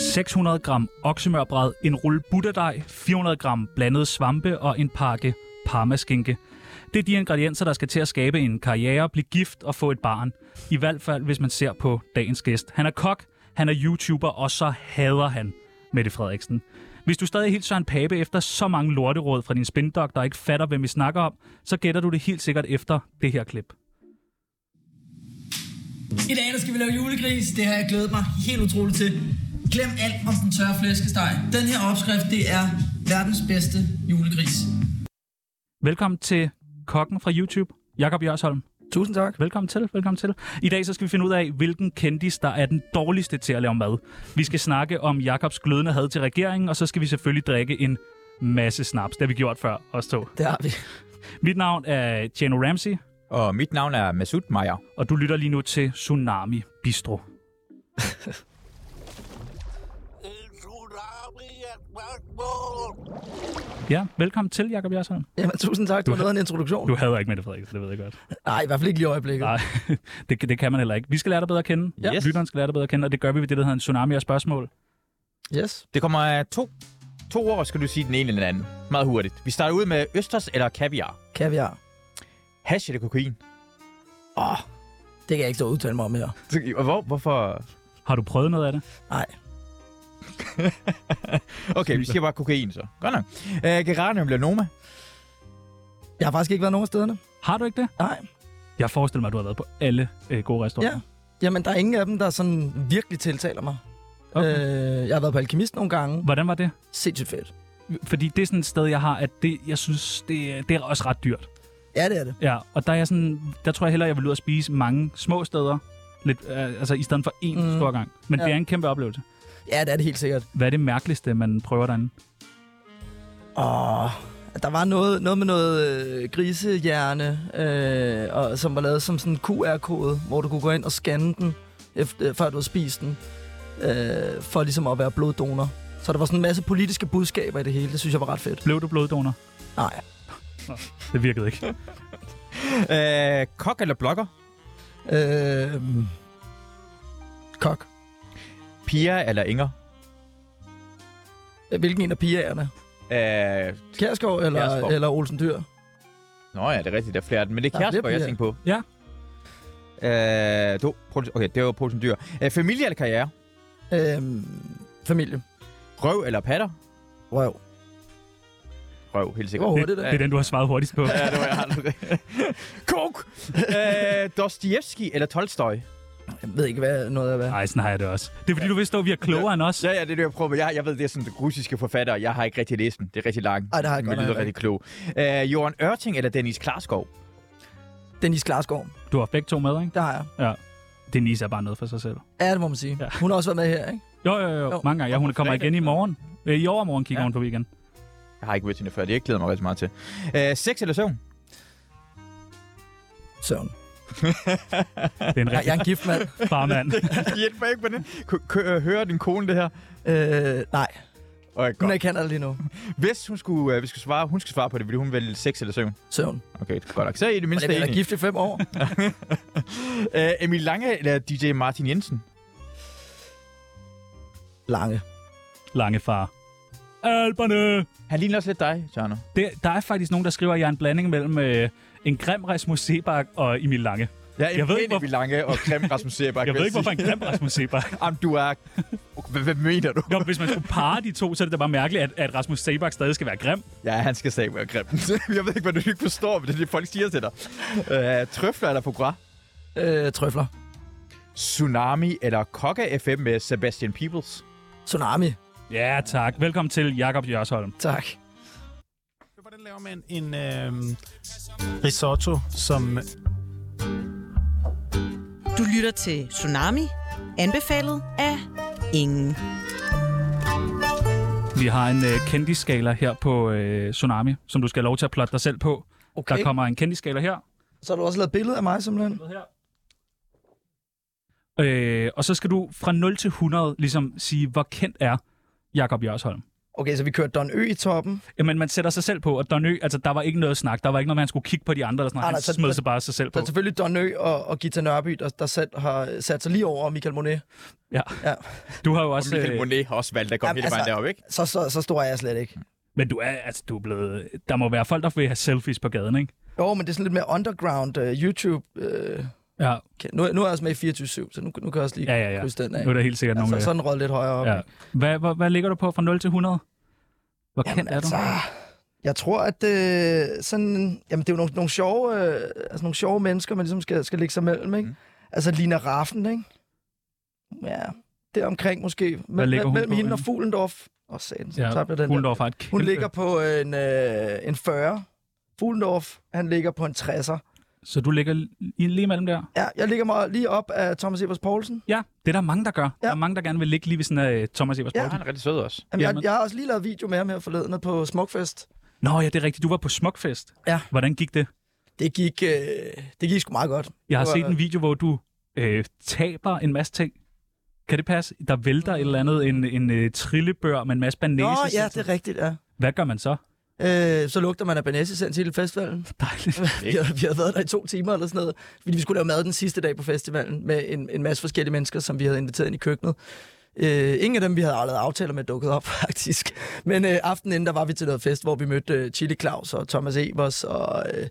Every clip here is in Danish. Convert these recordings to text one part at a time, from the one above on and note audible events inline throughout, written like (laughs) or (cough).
600 gram oksemørbræd, en rulle butterdej, 400 gram blandet svampe og en pakke parmaskinke. Det er de ingredienser, der skal til at skabe en karriere, blive gift og få et barn. I hvert fald, hvis man ser på dagens gæst. Han er kok, han er YouTuber, og så hader han Mette Frederiksen. Hvis du stadig helt Søren Pape efter så mange lorteråd fra din spindoktor og ikke fatter, hvem vi snakker om, så gætter du det helt sikkert efter det her klip. I dag der skal vi lave julegris. Det har jeg glædet mig helt utroligt til. Glem alt om den tørre flæskesteg. Den her opskrift, det er verdens bedste julegris. Velkommen til kokken fra YouTube, Jakob Jørsholm. Tusind tak. Velkommen til, velkommen til. I dag så skal vi finde ud af, hvilken kendis, der er den dårligste til at lave mad. Vi skal snakke om Jakobs glødende had til regeringen, og så skal vi selvfølgelig drikke en masse snaps. Det har vi gjort før, os to. Det har vi. Mit navn er Jano Ramsey, Og mit navn er Masud Meyer. og du lytter lige nu til Tsunami Bistro. en tsunami af spørgsmål. Ja, velkommen til, Jakob Jørsholm. Jamen, tusind tak. Du har lavet en introduktion. Du hader ikke Mette Frederiksen, det ved jeg godt. Nej, i hvert fald ikke lige i øjeblikket. Nej, (laughs) det, det kan man heller ikke. Vi skal lære dig bedre at kende. Ja. Yes. Lytteren skal lære dig bedre at kende, og det gør vi ved det, der hedder en tsunami af spørgsmål. Yes. Det kommer af to, to år, skal du sige den ene eller den anden. Meget hurtigt. Vi starter ud med østers eller kaviar. Kaviar. Hash eller (laughs) kokain? Åh, oh, det kan jeg ikke stå og udtale mig om her. Og Hvor, hvorfor? Har du prøvet noget af det? Nej. Okay, vi siger bare kokain så. Godt nok. Øh, geranium eller Noma? Jeg har faktisk ikke været nogen af stederne. Har du ikke det? Nej. Jeg forestiller mig, at du har været på alle øh, gode restauranter. Ja. Jamen, der er ingen af dem, der sådan virkelig tiltaler mig. Okay. Øh, jeg har været på Alkemist nogle gange. Hvordan var det? Sindssygt fedt. Fordi det er sådan et sted, jeg har, at det, jeg synes, det, er- det er også ret dyrt. Ja, det er det. Ja, og der, er jeg sådan, der tror jeg hellere, jeg vil ud og spise mange små steder, lidt, øh, altså i stedet for én Mm. mm. stor gang. Men ja. Ja. det er en kæmpe oplevelse. Ja, det er det helt sikkert. Hvad er det mærkeligste, man prøver derinde? Åh, der var noget, noget med noget øh, grisehjerne, øh, og, som var lavet som sådan en QR-kode, hvor du kunne gå ind og scanne den, efter, før du havde spist den, øh, for ligesom at være bloddonor. Så der var sådan en masse politiske budskaber i det hele. Det synes jeg var ret fedt. Blev du bloddonor? Nej, Det virkede ikke. Øh, kok eller blogger? Øh, kok. Pia eller Inger? Hvilken en af pigerne? Øh, Kærskov eller, Kjærsgaard. eller Olsen Dyr? nå ja, det er rigtigt, der er flere af dem, men det er Der er flere Kjærsgaard, jeg Pia. tænker på. Ja. Øh, du, Poulsen- okay, det var Poulsen Dyr. Øh, familie eller karriere? Øh, familie. Røv eller patter? Røv. Røv, helt Det sikkert. var det, (laughs) hurtigt, det er det. den, du har svaret hurtigst på. Ja, det var jeg aldrig. Kok! øh, Dostoyevsky eller Tolstoy? Jeg ved ikke, hvad noget af hvad. Nej, sådan har jeg det også. Det er fordi, du vidste, at vi er klogere end os. Ja, ja, det er det, jeg prøver med. Jeg, jeg ved, det er sådan russiske forfattere. Jeg har ikke rigtig læst dem. Det er rigtig langt. Ej, Ah, det har jeg Men godt det lyder nok. rigtig klog. Øh, Jørgen Ørting eller Dennis Klarskov? Dennis Klarskov, Du har begge to med, ikke? der har jeg. Denise er bare noget for sig selv. Ja, det må man sige. Ja. Ja. Hun har også været med her, ikke? Jo, jo, jo. jo. Jo. Mange gange. Ja, hun kommer igen i morgen. Øh, I overmorgen kigger Ja. hun på igen. Jeg har ikke mødt hende før. Det jeg glæder mig rigtig meget til. Øh, sex eller søvn? Søvn. Det er en Jeg, jeg rigtig er en (laughs) gift mand. (laughs) farmand. Hjælp mig ikke på den. K- k- hører din kone det her? øh, nej, Okay, hun er godt. i Canada lige nu. Hvis hun skulle, øh, vi skulle svare, hun skal svare på det, ville hun vælge sex eller søvn? Søvn. Okay, det er godt nok. Så er I det Men mindste jeg er da enige. gift i fem år. Øh, Emil Lange eller DJ Martin Jensen? Lange. Lange far. Alberne! Han ligner også lidt dig, Tjerno. Det, der er faktisk nogen, der skriver, at jeg er en blanding mellem øh, en grim Rasmus Sebak og Emil Lange. Ja, jeg, Jeg ved ved ikke, Emil Lange og Krem Rasmus Sebak. Jeg vil ved ikke, hvorfor sige. en grim Rasmus (laughs) Sebak. Jamen, du er... Hvad, hvad mener du? Nå, hvis man skulle parre de to, så er det da bare mærkeligt, at, at Rasmus Sebak stadig skal være grim. (laughs) Ja, han skal sige, være grim. (laughs) jeg ved ikke, hvad du ikke forstår, men det er det, folk siger til dig. Øh, trøfler eller foie gras? Øh, trøfler. Tsunami eller Kokka FM med Sebastian Peebles? Tsunami. Ja, tak. Velkommen til Jakob Jørsholm. Tak. Hvordan laver man en øh, risotto, som Du lytter til Tsunami, anbefalet af ingen. Vi har en øh, kendisskala her på øh, Tsunami, som du skal have lov til at plotte dig selv på. Okay. Der kommer en kendisskala her. Så har du også lavet billede af mig, simpelthen. Øh, og så skal du fra 0 til 100 ligesom sige, hvor kendt er Jakob Jørsholm. Okay, så vi kørte Don Ø i toppen. Jamen, man sætter sig selv på, og Don Ø, altså, der var ikke noget snak. Der var ikke noget, med, at han skulle kigge på de andre. Eller sådan noget. Ah, nej, Han så- smed så- sig bare sig selv Så på. er selvfølgelig Don Ø og, og Gita Nørby, der, der selv har sat sig lige over Michael Monet. Ja. Ja. Du har jo Og også... Michael øh, Monet har også valgt at komme Jamen, hele vejen altså- derop, ikke? Så, så, så stor er jeg slet ikke. Men du er, altså, du er blevet... Der må være folk, der vil have selfies på gaden, ikke? Jo, men det er sådan lidt mere underground uh, YouTube. Uh, Ja, nu, nu er jeg også med i 24-7, så nu, nu kan jeg også lige ja, ja. ja. krydse den af. Nu er der helt sikkert altså, nogen... sådan rød lidt højere op. ja. hvad, hvad, hvad ligger du på fra 0 til 100? Hvor kendt Jamen, er du? altså, jeg tror, at øh, sådan, jamen, det er jo nogle, nogle, sjove, øh, altså, nogle sjove mennesker, man ligesom skal, skal lægge sig mellem. Ikke? Mm. Altså Lina Raffen, ikke? Ja, det er omkring måske. Mell- ligger hun mellem på, hende og hende? Fuglendorf. Åh, oh, satan, så Ja, tabte jeg den der. Fuglendorf har et kæmpe... Hun ligger på en, øh, en 40. Fuglendorf, han ligger på en 60'er. Så du ligger lige, lige mellem der? Ja, jeg ligger mig lige op af Thomas Evers Poulsen. Ja, det er der mange, der gør. Ja. Der er mange, der gerne vil ligge lige ved sådan af Thomas Evers Ja. ja. Han er rigtig sød også. Jamen, Jamen. jeg, jeg har også lige lavet video med ham her forleden på Smukfest. Nå ja, det er rigtigt. Du var på Smukfest. Ja. Hvordan gik det? Det gik, øh, det gik sgu meget godt. Jeg har Det var- set en video, hvor du øh, taber en masse ting. Kan det passe? Der vælter et eller andet, en, en øh, trillebør med en masse banæse. Nå, ja, altså. det er rigtigt, ja. Hvad gør man så? Øh, så lugter man af banæsesens hele festivalen. (laughs) Dejligt. vi, havde, vi havde været der i to timer eller sådan noget, fordi vi skulle lave mad den sidste dag på festivalen med en, en masse forskellige mennesker, som vi havde inviteret ind i køkkenet. Øh, ingen af dem, vi havde allerede aftaler med, dukkede op (laughs) faktisk. Men øh, aftenen inden, der var vi til noget fest, hvor vi mødte øh, Chili Claus og Thomas Evers og øh,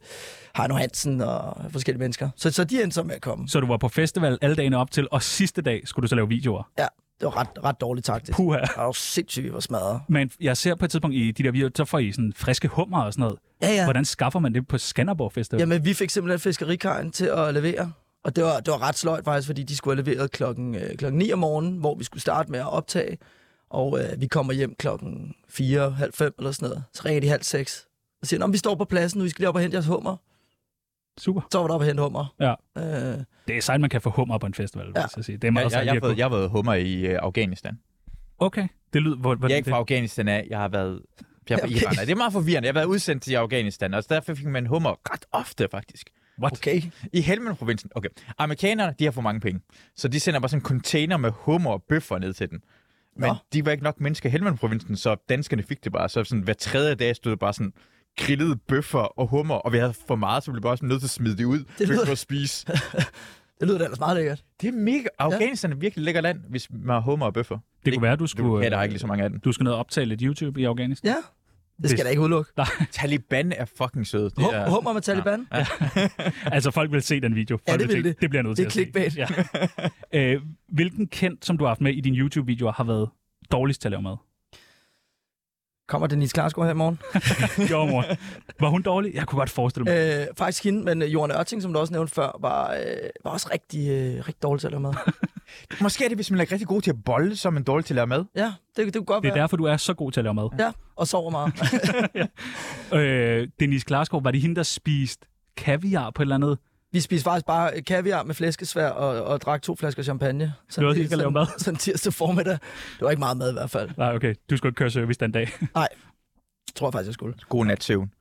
Harno Hansen og forskellige mennesker. Så, så de endte så med at komme. Så du var på festival alle dagene op til, og sidste dag skulle du så lave videoer. Ja, det var ret, ret dårligt taktisk. Puha. Det var jo sindssygt, vi var smadret. Men jeg ser på et tidspunkt i de der videoer, så får I sådan friske hummer og sådan noget. Ja, ja. Hvordan skaffer man det på Skanderborg Festival? Jamen, vi fik simpelthen fiskerikajen til at levere. Og det var, det var ret sløjt faktisk, fordi de skulle have leveret klokken, øh, klokken 9 om morgenen, hvor vi skulle starte med at optage. Og øh, vi kommer hjem klokken 4, halv 5 eller sådan noget. Så ringer de halv 6 og siger, "Nå, men vi står på pladsen nu, vi skal lige op og hente jeres hummer. Super. Så var der op og hente hummer. Ja. Øh, Det er sejt, man kan få hummer på en festival, ja. Ja. vil jeg sige. Det er Jeg, meget jeg, sejt. lige jeg, har at fået, kunne- jeg har været hummer i øh, Afghanistan. Okay, det lyder... Hvor, Jeg er hvordan ikke det? fra Afghanistan af, jeg har været... Jeg (laughs) er fra Ja, okay. Iran. af. Det er meget forvirrende. Jeg har været udsendt til Afghanistan, og derfor fik man hummer ret ofte, faktisk. What? okay. I Helmand-provinsen. Okay. Amerikanerne, de har for mange penge. Så de sender bare sådan en container med hummer og bøffer ned til den. Men Nå. de var ikke nok mennesker i Helmand-provinsen, så danskerne fik det bare. Så sådan, hver tredje dag stod der bare sådan grillede bøffer og hummer, og vi havde for meget, så vi blev bare sådan nødt til at smide det ud. Det lyder- lyder... at spise. (laughs) Det lyder da ellers meget lækkert. Det er mega... Afghanistan er virkelig lækker land, hvis man har hummer og bøffer. Det kunne være, du Du, skulle... øh, ja, der er ikke lige så mange af dem. Du skal ned og optage lidt YouTube i Afghanistan. Ja, det skal Hvis- da ikke udelukke. Taliban er fucking søde. Det Hum, er... hummer med Taliban? Ja. (laughs) Altså, folk vil se den video. Folk Ja, det vil tænke, det. Det bliver jeg nødt Det er til at se. Ja. (laughs) Øh, hvilken kendt, som du har haft med i dine YouTube-videoer, har været dårligst til at lave mad? Kommer Denise Klarsgaard her i morgen? Jo, (laughs) mor. Var hun dårlig? Jeg kunne godt forestille mig. Øh, faktisk hende, men øh, Johan Ørting, som du også nævnte før, var, øh, var også rigtig, øh, rigtig dårlig til at lave mad. Måske er det, hvis man er rigtig god til at bolle, så er man dårlig til at lave mad. Ja, det, det kunne godt Det er være. derfor, du er så god til at lave mad. Ja, og sover meget. Øh, Denise Klarskov, var det hende, der spiste kaviar på et eller andet? Vi spiste faktisk bare kaviar med flæskesvær og, og drak to flasker champagne. Så Noget, I kan lave mad. Sådan tirsdag formiddag. Det var ikke meget mad i hvert fald. Nej, okay. Du skulle ikke køre service den dag. Tror jeg faktisk, jeg skulle. God nat søvn.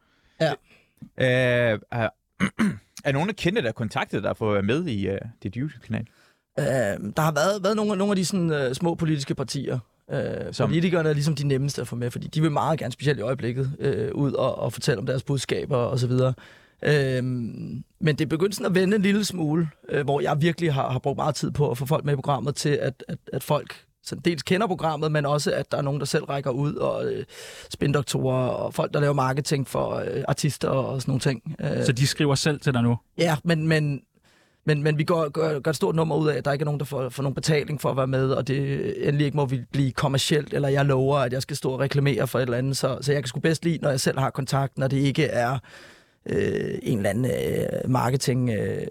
Ja. Øh, (clears throat) er, er nogen af kendte, der har kontaktet dig for at være med i uh, dit YouTube-kanal? Øh, der har været, været nogle, nogle af de sådan, øh, små politiske partier. Øh, Som- Politikerne er ligesom de nemmeste at få med, fordi de vil meget gerne, specielt i øjeblikket, øh, ud og, og fortælle om deres budskaber og så videre. Øhm, men det begyndte sådan at vende en lille smule, øh, hvor jeg virkelig har, har brugt meget tid på at få folk med i programmet til, at, at, at folk sådan dels kender programmet, men også at der er nogen, der selv rækker ud, og øh, spindoktorer og folk, der laver marketing for øh, artister og sådan nogle ting. Øh, Så de skriver selv til dig nu. Ja, men, men, men, men vi gør, gør, gør et stort nummer ud af, at der ikke er nogen, der får, får nogen betaling for at være med, og det endelig ikke må vi blive kommercielt, eller jeg lover, at jeg skal stå og reklamere for et eller andet, så, så jeg kan sgu bedst lide, når jeg selv har kontakten, og det ikke er øh, en eller anden øh, marketing øh,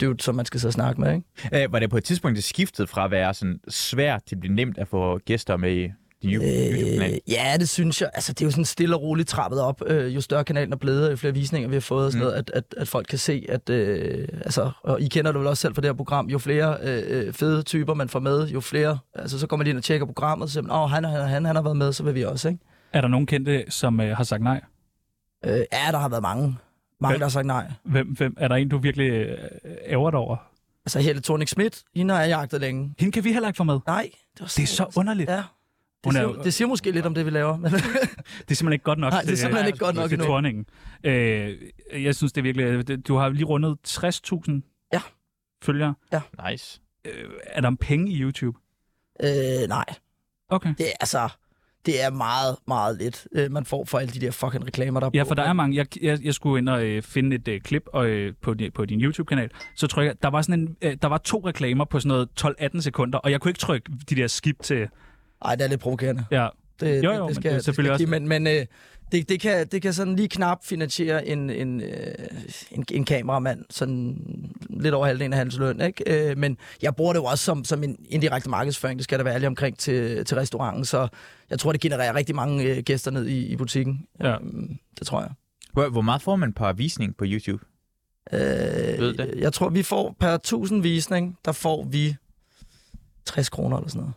dude, som man skal sidde og snakke med, ikke? Øh, var det på et tidspunkt, det skiftede fra at være sådan svært til at blive nemt at få gæster med i din you- YouTube-kanal? Øh, ja, det synes jeg. Altså, det er jo sådan stille og roligt trappet op. Øh, jo større kanalen er blevet, og jo flere visninger vi har fået, og sådan mm. noget, at, at, at folk kan se, at... Øh, altså, og I kender det vel også selv fra det her program. Jo flere øh, øh, fede typer, man får med, jo flere... Altså, så kommer de ind og tjekker programmet, og så siger, man, åh, han, og han, og han, han har været med, så vil vi også, ikke? Er der nogen kendte, som øh, har sagt nej? Øh, ja, der har været mange. Mange, Hvem? der har sagt nej. Hvem, hvem, er der en, du virkelig øh, ærger dig over? Altså, Helle thorning Schmidt, hende har jeg jagtet længe. Hende kan vi heller ikke få med. Nej, det var Det er så underligt. Ja. Det, Hun er siger, jo- det siger måske lidt om det, vi laver. Men (laughs) Det er simpelthen ikke godt nok Nej, det er simpelthen ikke godt nok til endnu. Thorningen. Øh, jeg synes, det er virkelig... det- Du har lige rundet 60.000 Ja. følgere. Nice. Øh, er der penge i YouTube? øh, nej, Okay. det er altså... Det er meget, meget lidt, øh, man får for alle de der fucking reklamer, der er Ja, på. for der er mange. Jeg, jeg, jeg skulle ind og øh, finde et øh, klip og, øh, på, din, på din YouTube-kanal. Så trykker jeg... Der var, sådan en, øh, der var to reklamer på sådan noget 12-18 sekunder, og jeg kunne ikke trykke de der skip til... Ej, det er lidt provokerende. Ja, Det, Jo, det, jo, det men skal, det er selvfølgelig det skal, give- Men, men øh, det, det, kan, det kan sådan lige knap finansiere en, en, øh, en, en kameramand, sådan lidt over halvdelen af hans løn, ikke? Øh, men jeg bruger det jo også som, som en indirekte markedsføring, det skal der være ærlig omkring til, til restauranten, så jeg tror, det genererer rigtig mange øh, gæster ned i, i butikken. Ja. Øhm, det tror jeg. Hvor, hvor meget får man per visning på YouTube? Øh, Ved det. jeg tror, vi får per 1000 visning, der får vi 60 kroner eller sådan noget.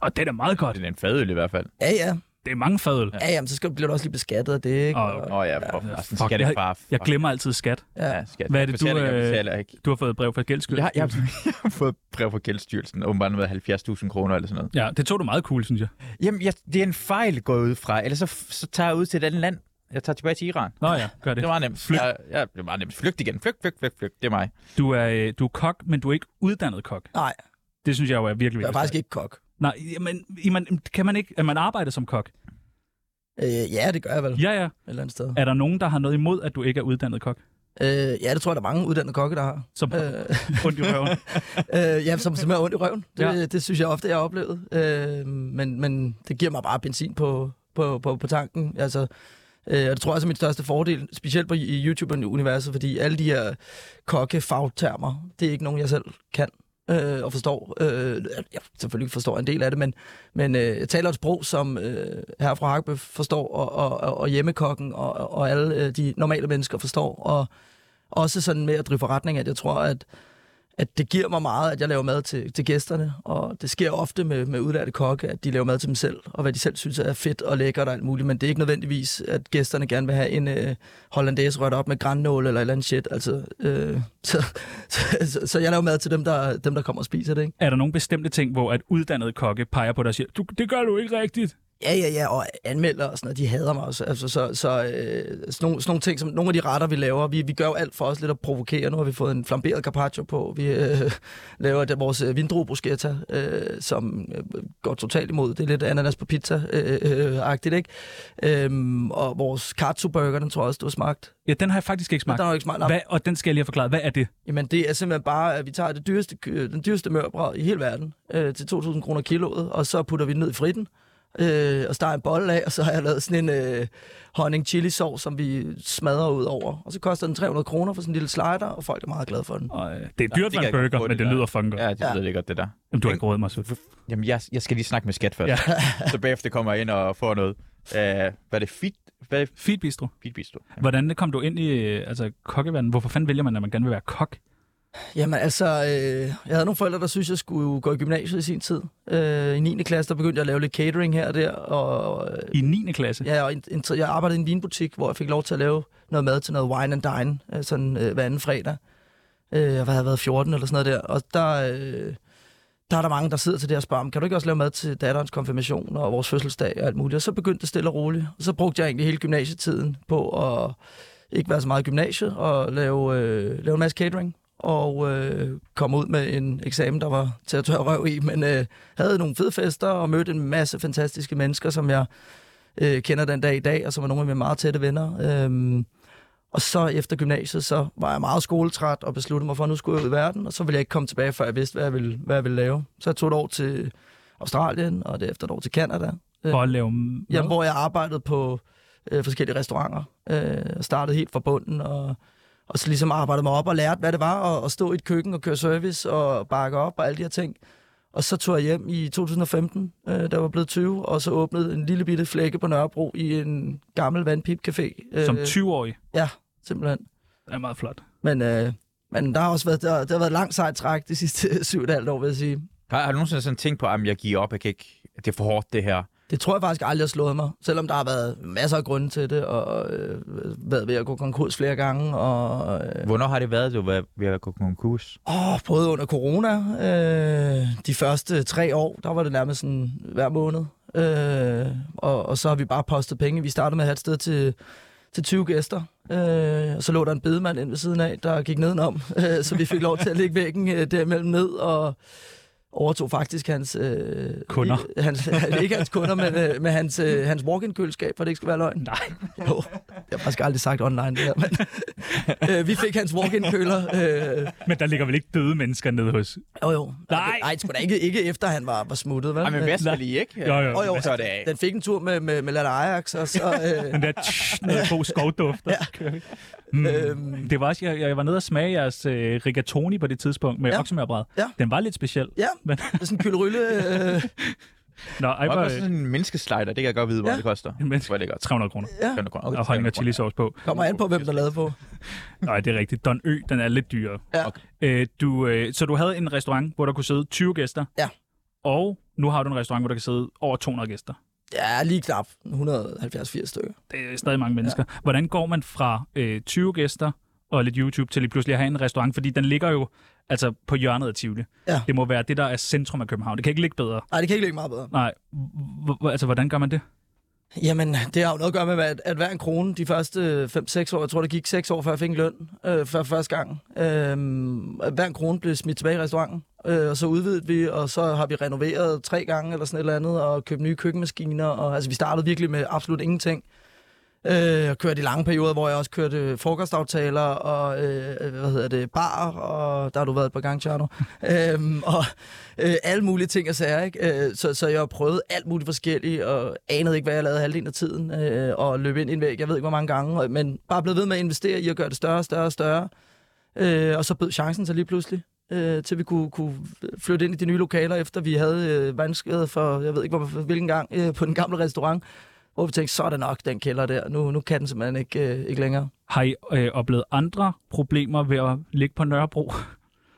og det er meget godt. Det er en fadøl i hvert fald. Ja, ja. Det er mange fadøl. ja jamen, så skal, bliver du også lige beskattet af det, ikke? Og- Åh oh, ja, for ja, fuck, skal det bare... Jeg glemmer altid skat. ja. Ja, skat. Hvad er det, du, Betaler ikke, øh, betaler ikke. Du har fået et brev fra Gældskyld. Jeg, har- jeg, har- (laughs) jeg har fået brev fra Gældsstyrelsen, åbenbart med 70.000 kroner eller sådan noget. Ja, det tog du meget cool, synes jeg. Jamen, jeg, det er en fejl, går jeg ud fra. Ellers så, så tager jeg ud til et andet land. Jeg tager tilbage til Iran. Nå ja, gør det. Det var nemt. Flygt. Jeg, jeg, det var nemt. Flygt igen. Flygt, flygt, flygt, flygt. Det er mig. Du er, øh, du er kok, men du er ikke uddannet kok. Nej, Det synes jeg jo er virkelig jeg er vildt. faktisk ikke kok. Nej, men man, kan man ikke... At man arbejder som kok? Øh, ja, det gør jeg vel. Ja, ja. Et eller andet sted. Er der nogen, der har noget imod, at du ikke er uddannet kok? Øh, ja, det tror jeg, der er mange uddannede kokke, der har. Som har Øh, ondt i røven. øh, ja, som simpelthen har ondt i røven. Det, Ja. ja. det synes jeg ofte, jeg har oplevet. Øh, men, men det giver mig bare benzin på, på, på, på tanken. Altså, øh, og det tror jeg også er min største fordel, specielt på i YouTube-universet, fordi alle de her kokke-fagtermer, det er ikke nogen, jeg selv kan øh, og forstår. Øh, jeg selvfølgelig forstår jeg en del af det, men, men øh, jeg taler et sprog, som øh, herre fra Hagbøf forstår, og, og, og- og hjemmekokken og, og alle øh, de normale mennesker forstår. Og også sådan med at drive forretning, at jeg tror, at at det giver mig meget, at jeg laver mad til, til gæsterne, og det sker ofte med, med udlærte kokke, at de laver mad til dem selv, og hvad de selv synes er fedt og lækkert og alt muligt, men det er ikke nødvendigvis, at gæsterne gerne vil have en øh, hollandaise rørt op med grannål eller et eller andet shit, altså, øh, (laughs) så, så, så, så jeg laver mad til dem, der, dem, der kommer og spiser det, ikke? Er der nogle bestemte ting, hvor at uddannede kokke peger på dig og siger, du, det gør du ikke rigtigt? Ja, ja, ja, og anmelder og sådan noget, de hader mig også. Altså, så, så øh, sådan, nogle, sådan nogle ting, som nogle af de retter, vi laver, vi, vi gør jo alt for os lidt at provokere. Nu har vi fået en flamberet carpaccio på, vi øh, (laughs) laver det, vores øh, vindruebruschetta, øh, som øh, går totalt imod. Det er lidt ananas på pizza-agtigt, øh, øh, agtigt, ikke? Øhm, og vores katsu-burger, den tror jeg også, du har smagt. Ja, den har jeg faktisk ikke Men smagt. der er jo ikke smagt. Hvad, og den skal jeg lige have forklaret. Hvad er det? Jamen, det er simpelthen bare, at vi tager det dyreste, kø- den dyreste mørbrad i hele verden øh, til 2.000 kroner kiloet, og så putter vi den ned i fritten øh, og steger en bolle af, og så har jeg lavet sådan en øh, honning chili sovs, som vi smadrer ud over. Og så koster den 300 kroner for sådan en lille slider, og folk er meget glade for den. Og, øh, det er dyrt kan med jeg en godt burger, få, men det det der. lyder fucking godt. Ja, det ja. lyder godt, det der. Jamen, du har ikke råd mig, så. Jamen, jeg, jeg skal lige snakke med skat først. Ja. (laughs) så bagefter kommer jeg ind og får noget. Uh, hvad er det? Fit? Hvad er det? Fint bistro. Fit bistro. Hvordan kom du ind i øh, altså, kokkeverdenen? Hvorfor fanden vælger man, at man gerne vil være kok? Jamen altså, øh, jeg havde nogle forældre, der synes jeg skulle gå i gymnasiet i sin tid. Øh, I 9. klasse, der begyndte jeg at lave lidt catering her og der, og øh, I 9. klasse? Ja, og en, en, jeg arbejdede i en vinbutik, hvor jeg fik lov til at lave noget mad til noget wine and dine, øh, sådan øh, hver anden fredag. Øh, og hvad havde jeg været, 14 eller sådan noget der. Og der, øh, der er der mange, der sidder til det og spørger, "Men kan du ikke også lave mad til datterens konfirmation og vores fødselsdag og alt muligt? Og så begyndte det stille og roligt. Og så brugte jeg egentlig hele gymnasietiden på at ikke være så meget i gymnasiet og lave, øh, lave en masse catering og øh, kom ud med en eksamen, der var til at tørre røv i, men øh, havde nogle fede fester og mødte en masse fantastiske mennesker, som jeg øh, kender den dag i dag, og som er nogle af mine meget tætte venner. Øhm, og så efter gymnasiet, så var jeg meget skoletræt og besluttede mig for, at nu skulle jeg ud i verden, og så ville jeg ikke komme tilbage, før jeg vidste, hvad jeg ville, hvad jeg ville lave. Så jeg tog et år til Australien, og derefter et år til Canada, For at lave ja, mad? hvor jeg arbejdede på øh, forskellige restauranter, øh, og startede helt fra bunden, og, og så ligesom arbejdede mig op og lærte, hvad det var at, at stå i et køkken og køre service og bakke op og alle de her ting. Og så tog jeg hjem i 2015, øh, da jeg var blevet 20, og så åbnede en lille bitte flække på Nørrebro i en gammel vandpipcafé. Øh, Som 20-årig? Ja, simpelthen. Det er meget flot. Men, øh, men der har også været, der, der har været langt sejt træk de sidste (laughs) syv og et halvt år, vil jeg sige. Har, har du nogensinde sådan tænkt på, at jeg giver op, jeg kan ikke, det er for hårdt det her? Det tror jeg faktisk aldrig har slået mig, selvom der har været masser af grunde til det, og øh, været ved at gå konkurs flere gange, og øh, Hvornår har det været, du var ved at gå konkurs? åh, både under corona, øh, de første tre år, der var det nærmest sådan hver måned, Øh, og, og så har vi bare postet penge. Vi startede med at have et sted til, til 20 gæster. Øh, og så lå der en bedemand ind ved siden af, der gik nedenom. (laughs) Øh, så vi fik lov til at lægge væggen øh, derimellem ned og overtog faktisk hans... Øh, Kunder. I, (laughs) hans, ikke hans kunder, men øh, med hans, øh, hans walk-in-køleskab, for det ikke skal være løgn. Nej. Jo, jeg har faktisk aldrig sagt online det her, men (laughs) øh, vi fik hans walk-in-køler. Øh, Men der ligger vel ikke døde mennesker nede hos... jo, jo. Nej. Nej, sgu da ikke, ikke efter han var, var smuttet, vel? Ej, men hvad skal I ikke? Jo, jo. Jo, jo, Hvad så er det af? den fik en tur med, med, med Lada Ajax, og (laughs) så... Øh, Den der tsh, noget god skovduft, og så kører vi. Mm. Øhm. Det var også, jeg, jeg var nede og smage jeres øh, rigatoni på det tidspunkt med ja. Ja. oksemørbræd. Ja. Den var lidt speciel. ja, Men, det er sådan en kylderylle. Øh, nå, ej, øh, Og var, også sådan en menneskeslider, det kan jeg godt vide, hvor Ja. det koster. En menneske- Hvor er det godt. 300 kroner. ja, 300 kroner. Okay, Og honning og 300 kroner. chili sauce på. kommer an på, hvem der lavede på. Nej, det er rigtigt. Don Ø, den er lidt dyrere. Ja. Okay. Øh, du, øh, så du havde en restaurant, hvor der kunne sidde 20 gæster. Ja. Og nu har du en restaurant, hvor der kan sidde over 200 gæster. Ja, lige knap 170-80 stykker. Det er øh, stadig mange mennesker. Ja. Hvordan går man fra øh, 20 gæster og lidt YouTube til lige pludselig at have en restaurant? Fordi den ligger jo altså på hjørnet af Tivoli. Ja. Det må være det, der er centrum af København. Det kan ikke ligge bedre. Nej, det kan ikke ligge meget bedre. Nej. H- h- altså, hvordan gør man det? Jamen, det har jo noget at gøre med, at, at hver en krone de første øh, 5-6 år, jeg tror, det gik 6 år, før jeg fik en løn øh, for første gang, øh, hver en krone blev smidt tilbage i restauranten, øh, og så udvidede vi, og så har vi renoveret tre gange eller sådan et eller andet, og købt nye køkkenmaskiner, og altså, vi startede virkelig med absolut ingenting. Øh, og kørte i lange perioder, hvor jeg også kørte frokostaftaler og øh, hvad hedder det, bar, og der har du været et par gange, Tjerno. øhm, og øh, alle mulige ting og sager, ikke? Øh, så, så jeg har prøvet alt muligt forskelligt, og anede ikke, hvad jeg lavede halvdelen af tiden, øh, og løb ind i en væg, jeg ved ikke, hvor mange gange, og- men bare blevet ved med at investere i at gøre det større og større og større. Øh, og så bød chancen sig lige pludselig, øh, til vi kunne, kunne flytte ind i de nye lokaler, efter vi havde øh, vanskeligheder for, jeg ved ikke, hvor, hvilken gang, øh, på den gamle restaurant, hvor vi tænkte, så er det nok, den kælder der. Nu, nu kan den simpelthen ikke, øh, ikke længere. Har I øh, oplevet andre problemer ved at ligge på Nørrebro? (laughs)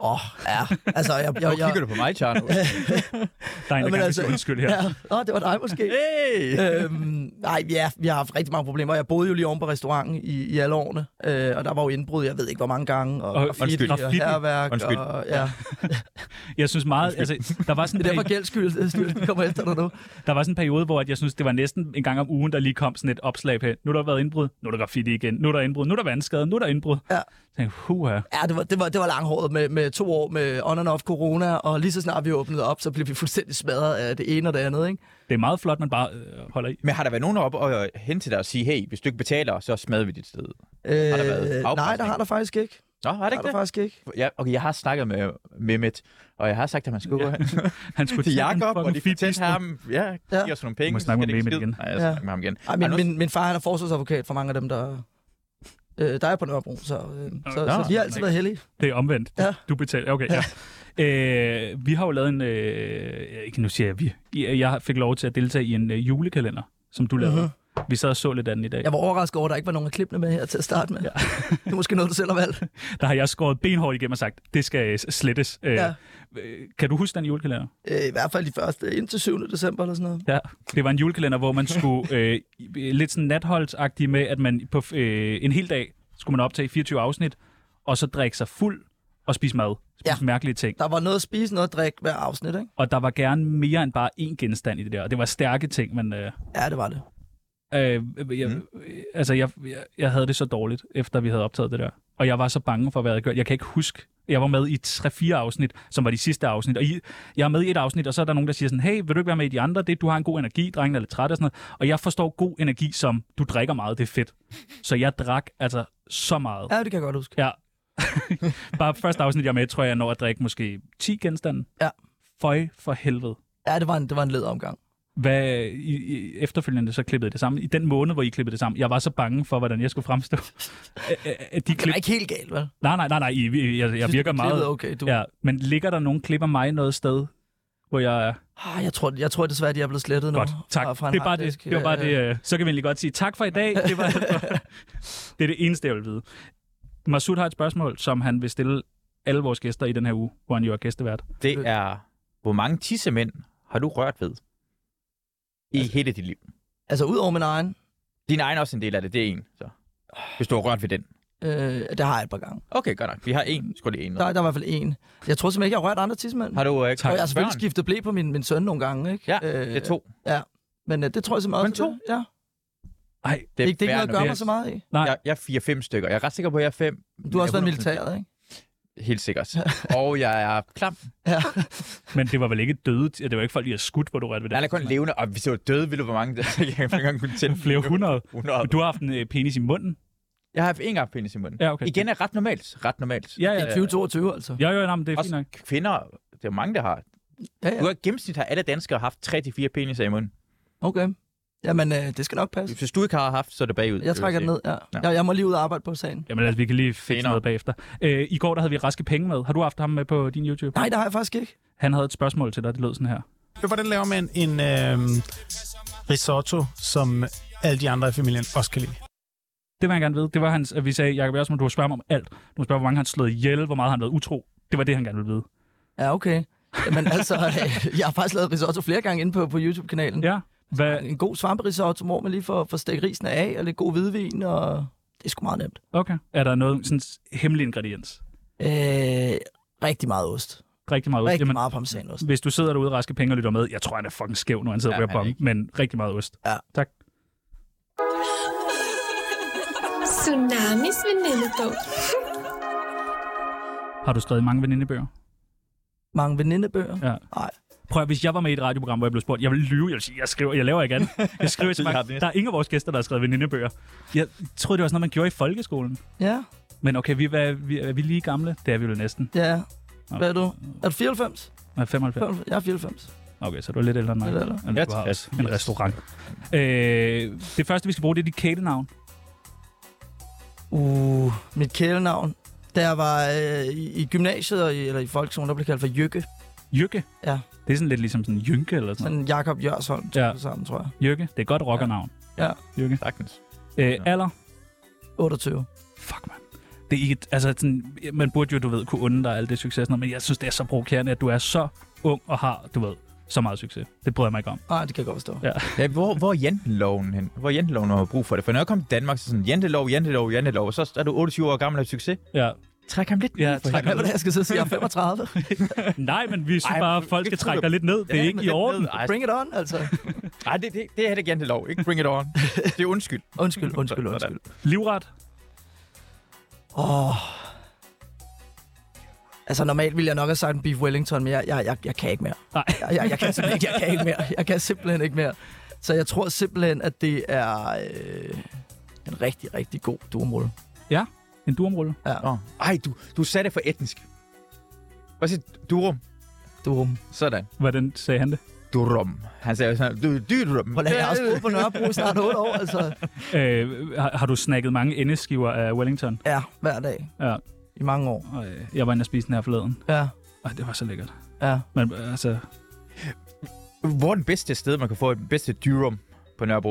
Åh, oh, ja. Altså, jeg... jeg, Hvor jeg, kigger du på mig, (laughs) Tjerno? Der er en, der Jamen, gerne altså- altså, undskyld her. Ja. Åh, det var dig måske. Hey! øhm, nej, ja, vi har haft rigtig mange problemer. Jeg boede jo lige oven på restauranten i, i alle årene, øh, og der var jo indbrud, jeg ved ikke hvor mange gange, og, Og- og undskyld. graffiti og Graffiti. herværk. Undskyld. Og, ja. (laughs) Jeg synes meget, altså, der var sådan (laughs) Det en er derfor periode, gældsskylden kommer efter dig nu. der var sådan en periode, hvor at jeg synes, det var næsten en gang om ugen, der lige kom sådan et opslag på, nu har der været indbrud, nu er der graffiti igen, nu er der indbrud, nu er der vandskade, nu er der indbrud. Ja. Så tænkte jeg, huha. Ja, det var, det var, det var langhåret med, med to år med on and off corona, og lige så snart vi åbnede op, så blev vi fuldstændig smadret af det ene og det andet, ikke? Det er meget flot, man bare øh, holder i. Men har der været nogen op og øh, hen til dig og sige, hey, hvis du ikke betaler, så smadrer vi dit sted? Øh, været nej, der afpresning? har der faktisk ikke. Nå, har det Der har ikke der det? faktisk ikke. Ja, okay, jeg har snakket med Mehmet, og jeg har sagt, at man (laughs) skulle gå hen Han skulle til tage en Jakob, og fucking de fitbis fortalte nu. ham, ja, Ja. giv os nogle penge. Du må så snakke med skal det ikke Mehmet skide. igen. Nej, jeg Ja. snakker med ham igen. Ej, Har min, du- min, min far han er forsvarsadvokat for mange af dem, der... Øh, der er på Nørrebro, så, øh, så, så de har altid været heldige. Det er omvendt. Ja. Ja. Du betaler. Okay, ja. Øh, vi har jo lavet en... Øh, ikke nu siger jeg vi. I- øh, Jeg fik lov til at deltage i en øh, julekalender, som du lavede. Mhm. Uh-huh. Vi sad og så lidt af den i dag. Jeg var overrasket over, at der ikke var nogen af klippene med her til at starte med. Ja. (laughs) det er måske noget, du selv har valgt. Der har jeg skåret benhårdt igennem og sagt, det skal øh, slettes. Øh, Ja. øh, Kan du huske den julekalender? Øh, I hvert fald de første, indtil 7. december eller sådan noget. Ja. Det var en julekalender, hvor man (laughs) skulle... Øh, lidt sådan natholdsagtig med, at man på øh, en hel dag skulle man optage 24 afsnit, og så drikke sig fuld og spise mad. Spise ja. Ja. mærkelige ting. Der var noget at spise, noget at drikke hver afsnit, ikke? Og der var gerne mere end bare én genstand i det der. Og det var stærke ting, men... Øh, Ja, det var det. Øh, jeg, mm. Altså, jeg, jeg, jeg havde det så dårligt, efter vi havde optaget det der. Og jeg var så bange for, hvad jeg havde gjort. Jeg kan ikke huske. Jeg var med i 3-4 afsnit, som var de sidste afsnit. Og I, jeg er med i et afsnit, og så er der nogen, der siger sådan, hey, vil du ikke være med i de andre? Det, du har en god energi, drengen er lidt træt og sådan noget. Og jeg forstår god energi som, du drikker meget, det er fedt. Så jeg drak altså så meget. Ja, det kan jeg godt huske. Ja. (laughs) Bare første afsnit, jeg er med, tror jeg, jeg når at drikke måske 10 genstande. Ja. Føj for helvede. Ja, det var en, det var en led omgang. Hvad, i, i, efterfølgende så klippede I det sammen. I den måned, hvor I klippede det sammen, jeg var så bange for, hvordan jeg skulle fremstå. (laughs) Æ, æ, de Det klip... var ikke helt galt, vel? Nej, nej, nej, nej. I, I, jeg, jeg Synes, virker du meget... klippede Okay, du... Ja. Ja, men ligger der nogen klip af mig noget sted, hvor jeg er... Ah, jeg, tror, jeg tror desværre, de er blevet slettet nu. Godt, tak. Fra- fra en Det er bare det. harddisk. det, var bare Øh, det. øh, Så kan vi egentlig godt sige tak for i dag. Det, var... (laughs) det er det eneste, jeg vil vide. Masud har et spørgsmål, som han vil stille alle vores gæster i den her uge, hvor han jo er gæstevært. Det er, hvor mange tissemænd har du rørt ved i hele dit liv? øh- Altså, ud over min egen, Din egen er også en del af det, det er en, så. Hvis du har rørt ved den. øh, det har jeg et par gange. Okay, godt nok. Vi har en, skulle lige en. Der, der er i hvert fald en. Jeg tror simpelthen ikke, jeg har rørt andre tidsmænd. Har du øh, Tak. Og jeg har selvfølgelig Øh, børn? skiftet blæ på min, min søn nogle gange, ikke? Ja, det er to. Ja, Men øh, det tror jeg så meget. Kun to? Ja. Ej, Det ikke, det er ikke fair noget at nok. gøre mig så meget i. nej, Jeg, jeg er 4-5 stykker. Jeg er ret sikker på, at jeg er 5. Du har også været i militæret, ikke? Helt (laughs) sikkert. og jeg er klam. Ja. men det var vel ikke døde, det var ikke folk, de har skudt, hvor du rørte ved det. Han er kun levende, og hvis det var døde, ville du, hvor mange (laughs) der jeg kan ikke engang kunne tænde. Flere hundrede. 100. Du har haft en øh, penis i munden. Jeg har haft én gang penis i munden. Ja, okay. Igen er ret normalt. Ret normalt. Ja, I ja. 2022, altså. Jo, jo, nej, men det er fint Også nok. kvinder, det er mange, der har. Ja, Du ja. har gennemsnit har alle danskere haft 3-4 peniser i munden. Okay. Jamen, øh, det skal nok passe. Hvis du ikke har haft, så er det bagud. Jeg trækker den ned, ja. Ja. Jeg, jeg må lige ud og arbejde på sagen. Jamen altså, vi kan lige fikse Senere. noget bagefter. Øh, I går der havde vi Raske Penge med. Har du haft ham med på din YouTube? Nej, det har jeg faktisk ikke. Han havde et spørgsmål til dig, det lød sådan her. Hvordan laver man en øh, risotto, som alle de andre i familien også kan lide? Det vil han gerne vide. Det var hans, at vi sagde, Jacob Jørgensen, du har spørge mig om alt. Du må spørge, hvor mange han slået ihjel, hvor meget han har været utro. Det var det, han gerne ville vide. Ja, okay. Men altså, øh, jeg har faktisk lavet risotto flere gange inde på, på YouTube-kanalen. Ja. Hvad? En god svamperisotto, hvor man lige får, får stikket risene af, og lidt god hvidvin, og det er sgu meget nemt. Okay. Er der noget sådan hemmelig ingrediens? Øh, rigtig meget ost. Rigtig meget ost. Rigtig meget parmesanost. Hvis du sidder derude, Raske Penge, og lytter med, jeg tror, han er fucking skæv, når han sidder Ja, ja, og han på er ham, ikke. men rigtig meget ost. Ja. Tak. Tsunamis venindebog. Har du skrevet mange venindebøger? Mange venindebøger. Ja. Nej. Prøv at, hvis jeg var med i et radioprogram, hvor jeg blev spurgt, jeg ville lyve, jeg ville sige, jeg skriver, jeg laver ikke andet. Jeg skriver til Jeg har mange. det. Der er ingen af vores gæster, der har skrevet venindebøger. Jeg troede, det var sådan noget, man gjorde i folkeskolen. Ja, Men okay, vi, hvad, vi, er vi lige gamle? Det er vi jo næsten. ja. Hvad er du? Er du 94? Jeg er 95. 95? Jeg er 94. Okay, så du er lidt ældre end mig. Lidt ældre. Men Ja, du har tilpas. også en restaurant. Øh, det første, vi skal bruge, det er dit kælenavn. Uh, mit kælenavn. Da jeg var øh, i, i gymnasiet, og i, eller i folkeskolen, der blev jeg kaldt for Jykke. Jykke. Ja. Det er sådan lidt ligesom sådan en jynke eller sådan noget. Sådan Jakob Jørsholm, Ja. ja. sammen, tror jeg. Jykke. Det er et godt rockernavn. Ja. Jykke. Sagtens. Øh, alder? 28. Fuck, man. Det er ikke, et- altså sådan, man burde jo, du ved, kunne unde dig alt det succes, og sådan noget, men jeg synes, det er så provokerende, at du er så ung og har, du ved, så meget succes. Det bryder jeg mig ikke om. Nej, det kan jeg godt forstå. Ja. Ja, hvor, hvor er janteloven hen? Hvor er janteloven har brug for det? For når jeg kom til Danmark, så sådan, jantelov, jantelov, jantelov, og så er du 28 år gammel og har succes. Ja. Træk ham lidt ned, Ja, for træk helvede. Hvad var det, jeg skal sidde og sige? Jeg er 35. Nej, men vi synes Ej, bare, at men folk skal det trække dig flytter- lidt ned. Det er Ja, ikke men i lidt orden. ned. Ej, Bring it on, altså. Nej, det, det, det er heller ikke jantelov. Ikke bring it on. Det er undskyld. Undskyld, undskyld, undskyld. Livret? Åh. Altså, normalt ville jeg nok have sagt en beef wellington, men jeg, jeg, jeg, jeg kan ikke mere. Nej. Jeg, jeg, jeg, kan simpelthen ikke, jeg kan ikke mere. Jeg kan simpelthen ikke mere. Så jeg tror simpelthen, at det er øh, en rigtig, rigtig god durmulle. Ja, en durumrulle. (laughs) Nå. Ej, du, du sagde det for etnisk. Hvad siger du? Durum? Durum. Sådan. Hvordan sagde han det? Durum. Han sagde sådan, du dyrum. Hvor længe jeg har også boet på Nørrebro snart 8 år, altså. Øh, har, har du snakket mange endeskiver af Wellington? Ja, hver dag. Ja. I mange år. Og, øh, jeg var inde og spise den her forleden. Ja, Ej, det var så lækkert. ja. Men øh, altså, Hvor er den bedste sted, man kan få den bedste dyrum på Nørrebro?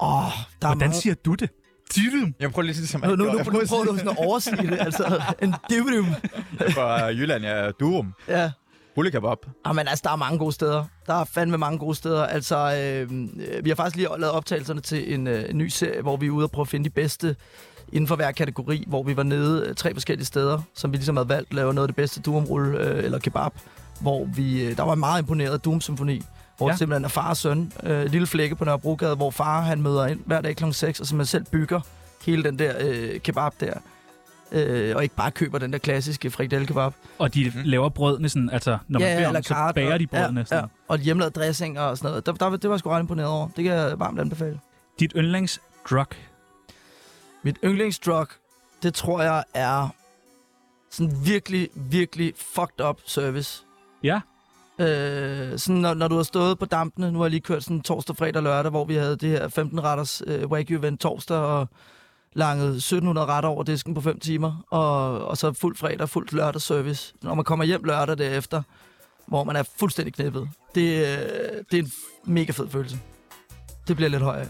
Åh, der er hvordan meget... siger du det? Dyrum. Jeg prøver lige at sige, Nu, nu, nu, nu prøver du sådan at oversige det, altså. En divdum. Fra øh, Jylland, ja. Durum. Ja. Rullekebab. Jamen altså, der er mange gode steder. Der er fandme mange gode steder. Altså, øh, øh, vi har faktisk lige lavet optagelserne til en, øh, en ny serie, hvor vi er ude og prøve at finde de bedste inden for hver kategori, hvor vi var nede øh, tre forskellige steder, som vi ligesom havde valgt lave noget af det bedste durumrulle øh, eller kebab, hvor vi, øh, der var en meget imponeret Doom-symfoni, hvor Ja. ja. det simpelthen er far og søn, øh, lille flække på Nørrebrogade, hvor far han møder ind hver dag kl. 6, og simpelthen selv bygger hele den der øh, kebab der, øh, og ikke bare køber den der klassiske frikadellekebab. Og de Mhm. laver brødene sådan, altså, når man beder om, så carte, bager de og- brødene. Ja, sådan. ja. Og hjemmelavet dressing og sådan noget. Der, der, det var jeg sgu ret imponeret over. Det kan jeg varmt anbefale. Dit yndlingsdrug? Mit yndlingsdrug, det tror jeg er sådan virkelig, virkelig fucked up service. Ja. Øh, sådan når, når du har stået på dampene, nu har jeg lige kørt sådan torsdag, fredag og lørdag, hvor vi havde det her 15-retters øh, Wagyu-event torsdag, og langet 1700 retter over disken på 5 timer, og, og så fuld fredag, fuld lørdagsservice. Når man kommer hjem lørdag derefter, hvor man er fuldstændig knippet, det, øh, det er en f- mega fed følelse. Det bliver lidt højere.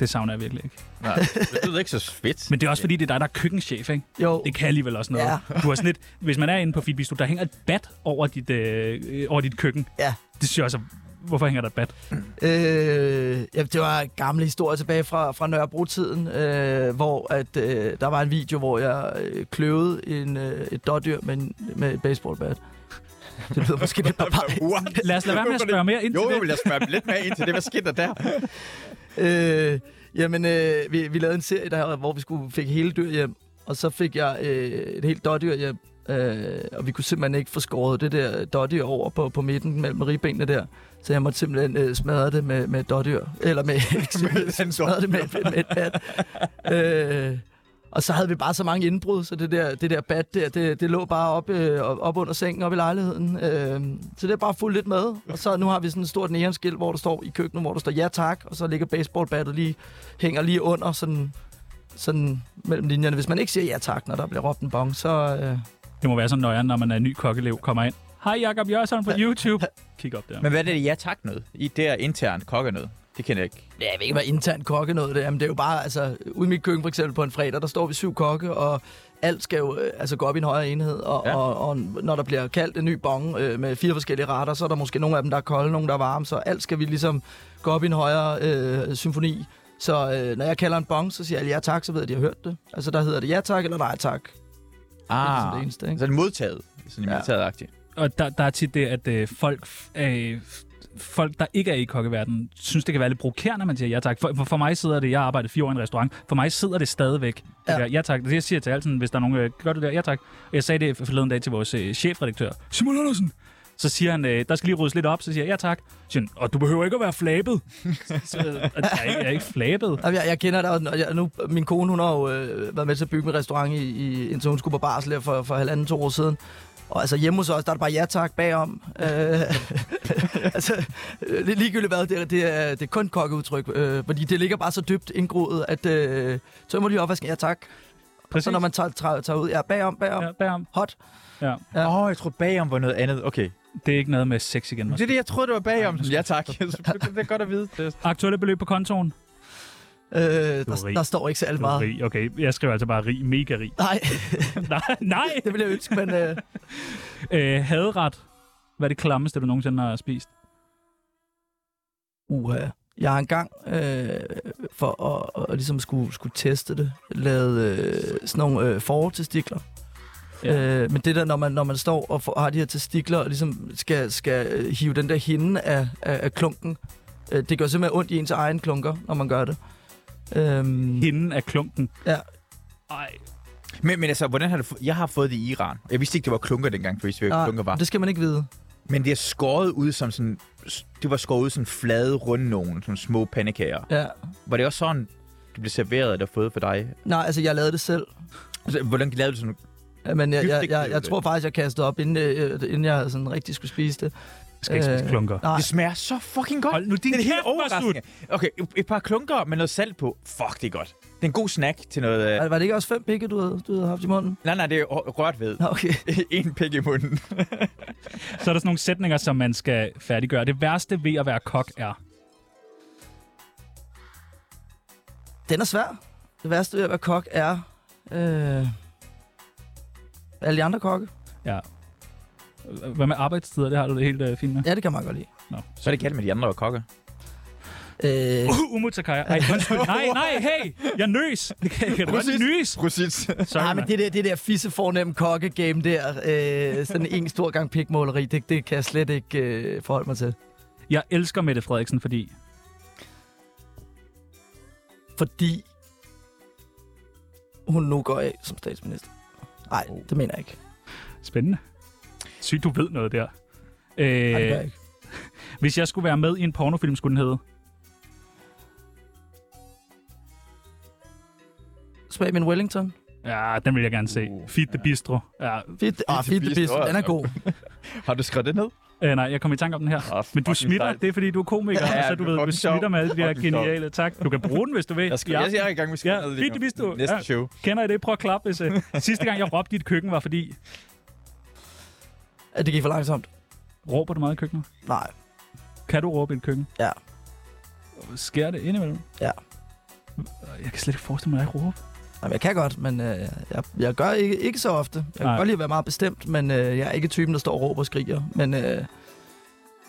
Det savner jeg virkelig ikke. Nej, det lyder ikke så fedt. Men det er også fordi, det er dig, der er køkkenchef, ikke? Jo, Det kan alligevel også noget. Ja. Ja. Du har sådan lidt, hvis man er inde på Fitbistro, der hænger et bat over dit, øh, øh, over dit køkken. ja. Det synes jeg også, er- hvorfor hænger der et bat? Øh, ja, det var en gammel historie tilbage fra, fra Nørrebro-tiden, øh, hvor at, øh, der var en video, hvor jeg øh, kløvede en, øh, et dårdyr med, en- med et baseballbat. Det lyder måske lidt barbarisk. What? Lad os lade være med at spørge mere ind til jo, jo, det. lad os spørge lidt mere ind til det. Hvad sker der (laughs) der? øh, jamen, øh, vi, vi lavede en serie, der, hvor vi skulle, fik hele dyr hjem, og så fik jeg øh, et helt dårdyr hjem, øh, og vi kunne simpelthen ikke få skåret det der dårdyr over på, på midten mellem ribbenene der, så jeg måtte simpelthen øh, smadre det med, med et dårdyr, eller med, en smadre det med, med, med et bat. øh, og så havde vi bare så mange indbrud, så det der, det der bat der, det, det lå bare op, øh, op under sengen, op i lejligheden. Øh, så det er bare fuldt lidt med. Og så nu har vi sådan et stort neonskilt, hvor der står i køkkenet, hvor der står ja tak, og så ligger baseballbattet lige, hænger lige under sådan, sådan mellem linjerne. Hvis man ikke siger ja tak, når der bliver råbt en bong, så... Øh, Det må være sådan nøjeren, når man er ny kokkelev, kommer ind. Hej Jakob Jørgensen på YouTube. Kig op der. Men hvad er det, jeg tak noget? I der intern kokke noget. Det kender jeg ikke. Ja, jeg ved ikke, hvad intern kokke noget det er, men det er jo bare, altså, ude i mit køkken for eksempel på en fredag, der står vi syv kokke, og alt skal jo øh, altså, gå op i en højere enhed, og, Ja. ja. og, og, når der bliver kaldt en ny bong øh, med fire forskellige retter, så er der måske nogle af dem, der er kolde, nogle der er varme, så alt skal vi ligesom gå op i en højere øh, symfoni. Så øh, når jeg kalder en bong, så siger jeg ja tak, så ved jeg, at de har hørt det. Altså der hedder det ja tak eller nej tak. er sådan det eneste, ikke? Ah. Så er ligesom det modtaget. Sådan Ja. ja. modtaget-agtigt. Og der, der er tit det, at øh, folk, øh, folk, der ikke er i kokkeverdenen, synes, det kan være lidt provokerende, når man siger ja tak. For, for, for mig sidder det, jeg arbejdede fire år i en restaurant, for mig sidder det stadigvæk. Ja. Ja. Der, ja tak. Det jeg siger til altid, hvis der er nogen, øh, gør det der, ja tak. Og Jeg sagde det forleden dag til vores øh, chefredaktør, Simon Andersen. Så siger han, øh, der skal lige ryddes lidt op, så siger jeg, ja tak. Så siger han, og du behøver ikke at være flabet. så, øh, jeg, er ikke- jeg er ikke (laughs) flabet. Jamen, jeg, jeg kender det, og og jeg, nu, min kone hun har jo øh, været med til at bygge en restaurant, i, i, indtil hun skulle på barsel her for, for halvanden, to år siden. Og altså hjemme hos os, der er det bare ja tak bagom. Øh, (laughs) altså, øh, det er ligegyldigt hvad, det, er- det, er, det er kun kokkeudtryk, øh, fordi det ligger bare så dybt indgroet, at øh, tømmer lige opvasken, ja tak. Præcis. Så når man tager, tager, tager ud, ja bagom, bagom, ja. Ja, derom. hot. Åh, Ja. ja. oh, jeg troede bagom var noget andet. Okay. Det er ikke noget med sex igen. Det er det, jeg troede, det var bagom. Sådan, ja, tak. (laughs) det, det er godt at vide. Det, Aktuelle beløb på kontoen? Øh, der, rig. der står ikke særlig meget. Rig, okay. Jeg skriver altså bare rig, mega rig. (laughs) Nej, (laughs) nej, nej. det ville jeg ønske, men øh, Øh, hadret. Hvad er det klammeste, du nogensinde har spist? Uha. Jeg har engang, øh, for at, at ligesom skulle, skulle teste det, lavet øh, sådan nogle øh, fortestikler. Ja. Ja. Øh, men det der, når man, når man står og får, har de her testikler, og ligesom skal, skal øh, hive den der hinde af, af, af klunken, øh, det gør simpelthen ondt i ens egen klunker, når man gør det. Øhm, Hinden af klumpen. Ja. Ej, Men, men altså, hvordan har du fået... Jeg har fået det i Iran. Jeg vidste ikke, det var klunker dengang, for jeg vidste ikke, hvad nej, klunker var. det skal man ikke vide. Men Ah, det er skåret ud som sådan... Det var skåret ud som flade, runde nogen. Sådan små pandekager. Ja. Var det også sådan, det blev serveret eller fået for dig? Nej, altså jeg lavede det selv. Altså, hvordan lavede du sådan... Ja, Men jeg, Dybt jeg, ikke jeg, jeg det. tror faktisk, jeg kastede op, inden, øh, inden jeg sådan rigtig skulle spise jeg det. skal ikke spise Øh, klunker. Nej, Det smager så fucking godt. Hold nu din det er helt kæft, Masud! overraskende. Okay, et par klunker med noget salt på. Fuck, det er godt. Det er en god snack til noget... Øh... var, var det ikke også fem pikke, du havde, du havde haft i munden? Nej, nej, det er rø- rørt ved. Nå, okay. (laughs) en pik i munden. Så er der sådan nogle sætninger, som man skal færdiggøre. Det værste ved at være kok er... Den er svær. Det værste ved at være kok er... Øh, alle de andre kokke. Ja. Hvad med arbejdstider? Det har du det helt øh, fint med. Ja, det kan man godt lide. Nå. Så er det galt med de andre kokker. Øh, Uh, Umutakaya. Ej, (laughs) undskyld. Nej, nej, hey! Jeg nøs! Det kan jeg kan godt nys! Præcis. Sorry, nej, men mand. det der, det der fisse fornem kokke-game der, øh, sådan en stor gang pikmåleri, det, det kan jeg slet ikke øh, forholde mig til. Jeg elsker Mette Frederiksen, fordi... Fordi hun nu går af som statsminister. Nej, det mener jeg ikke. Spændende. Sygt, du ved noget der. Nej, det gør Øh, jeg ikke. hvis jeg skulle være med i en pornofilm, skulle den hedde... Smag min Wellington. Ja, den vil jeg gerne se. Uh, Feed the Bistro. Ja, Fedt, ah, fedt, Beast, fedt, åh, den er god. (laughs) Har du skrevet det ned? Øh, nej, jeg kom i tanke om den her. Åh, Men du fucking smitter, sejt. det er fordi, du er komiker, Ja, ja, så det du er ved, du fucking sjovt. smitter med alle de her Fucking sjovt. geniale. Tak. Du kan bruge den, hvis du vil. Jeg, skal, I jeg, aften. jeg er i gang med at skrive Ja, ned lige fedt, nu. det vidste du. Næste Ja. show. Kender I det? Prøv at klappe, hvis... Uh... Sidste gang, jeg råbte i et køkken, var fordi... Ah, Det gik for langsomt. Råber du meget i køkkenet? Nej, Kan du råbe i et køkken? Ja. Sker det indimellem? Ja. Jeg kan slet ikke forestille mig, at jeg ikke råber. Jamen, jeg kan godt, men øh, jeg, jeg gør ikke, ikke så ofte. Jeg Nej. kan godt lide at være meget bestemt, men øh, jeg er ikke typen, der står og råber og skriger. Men øh,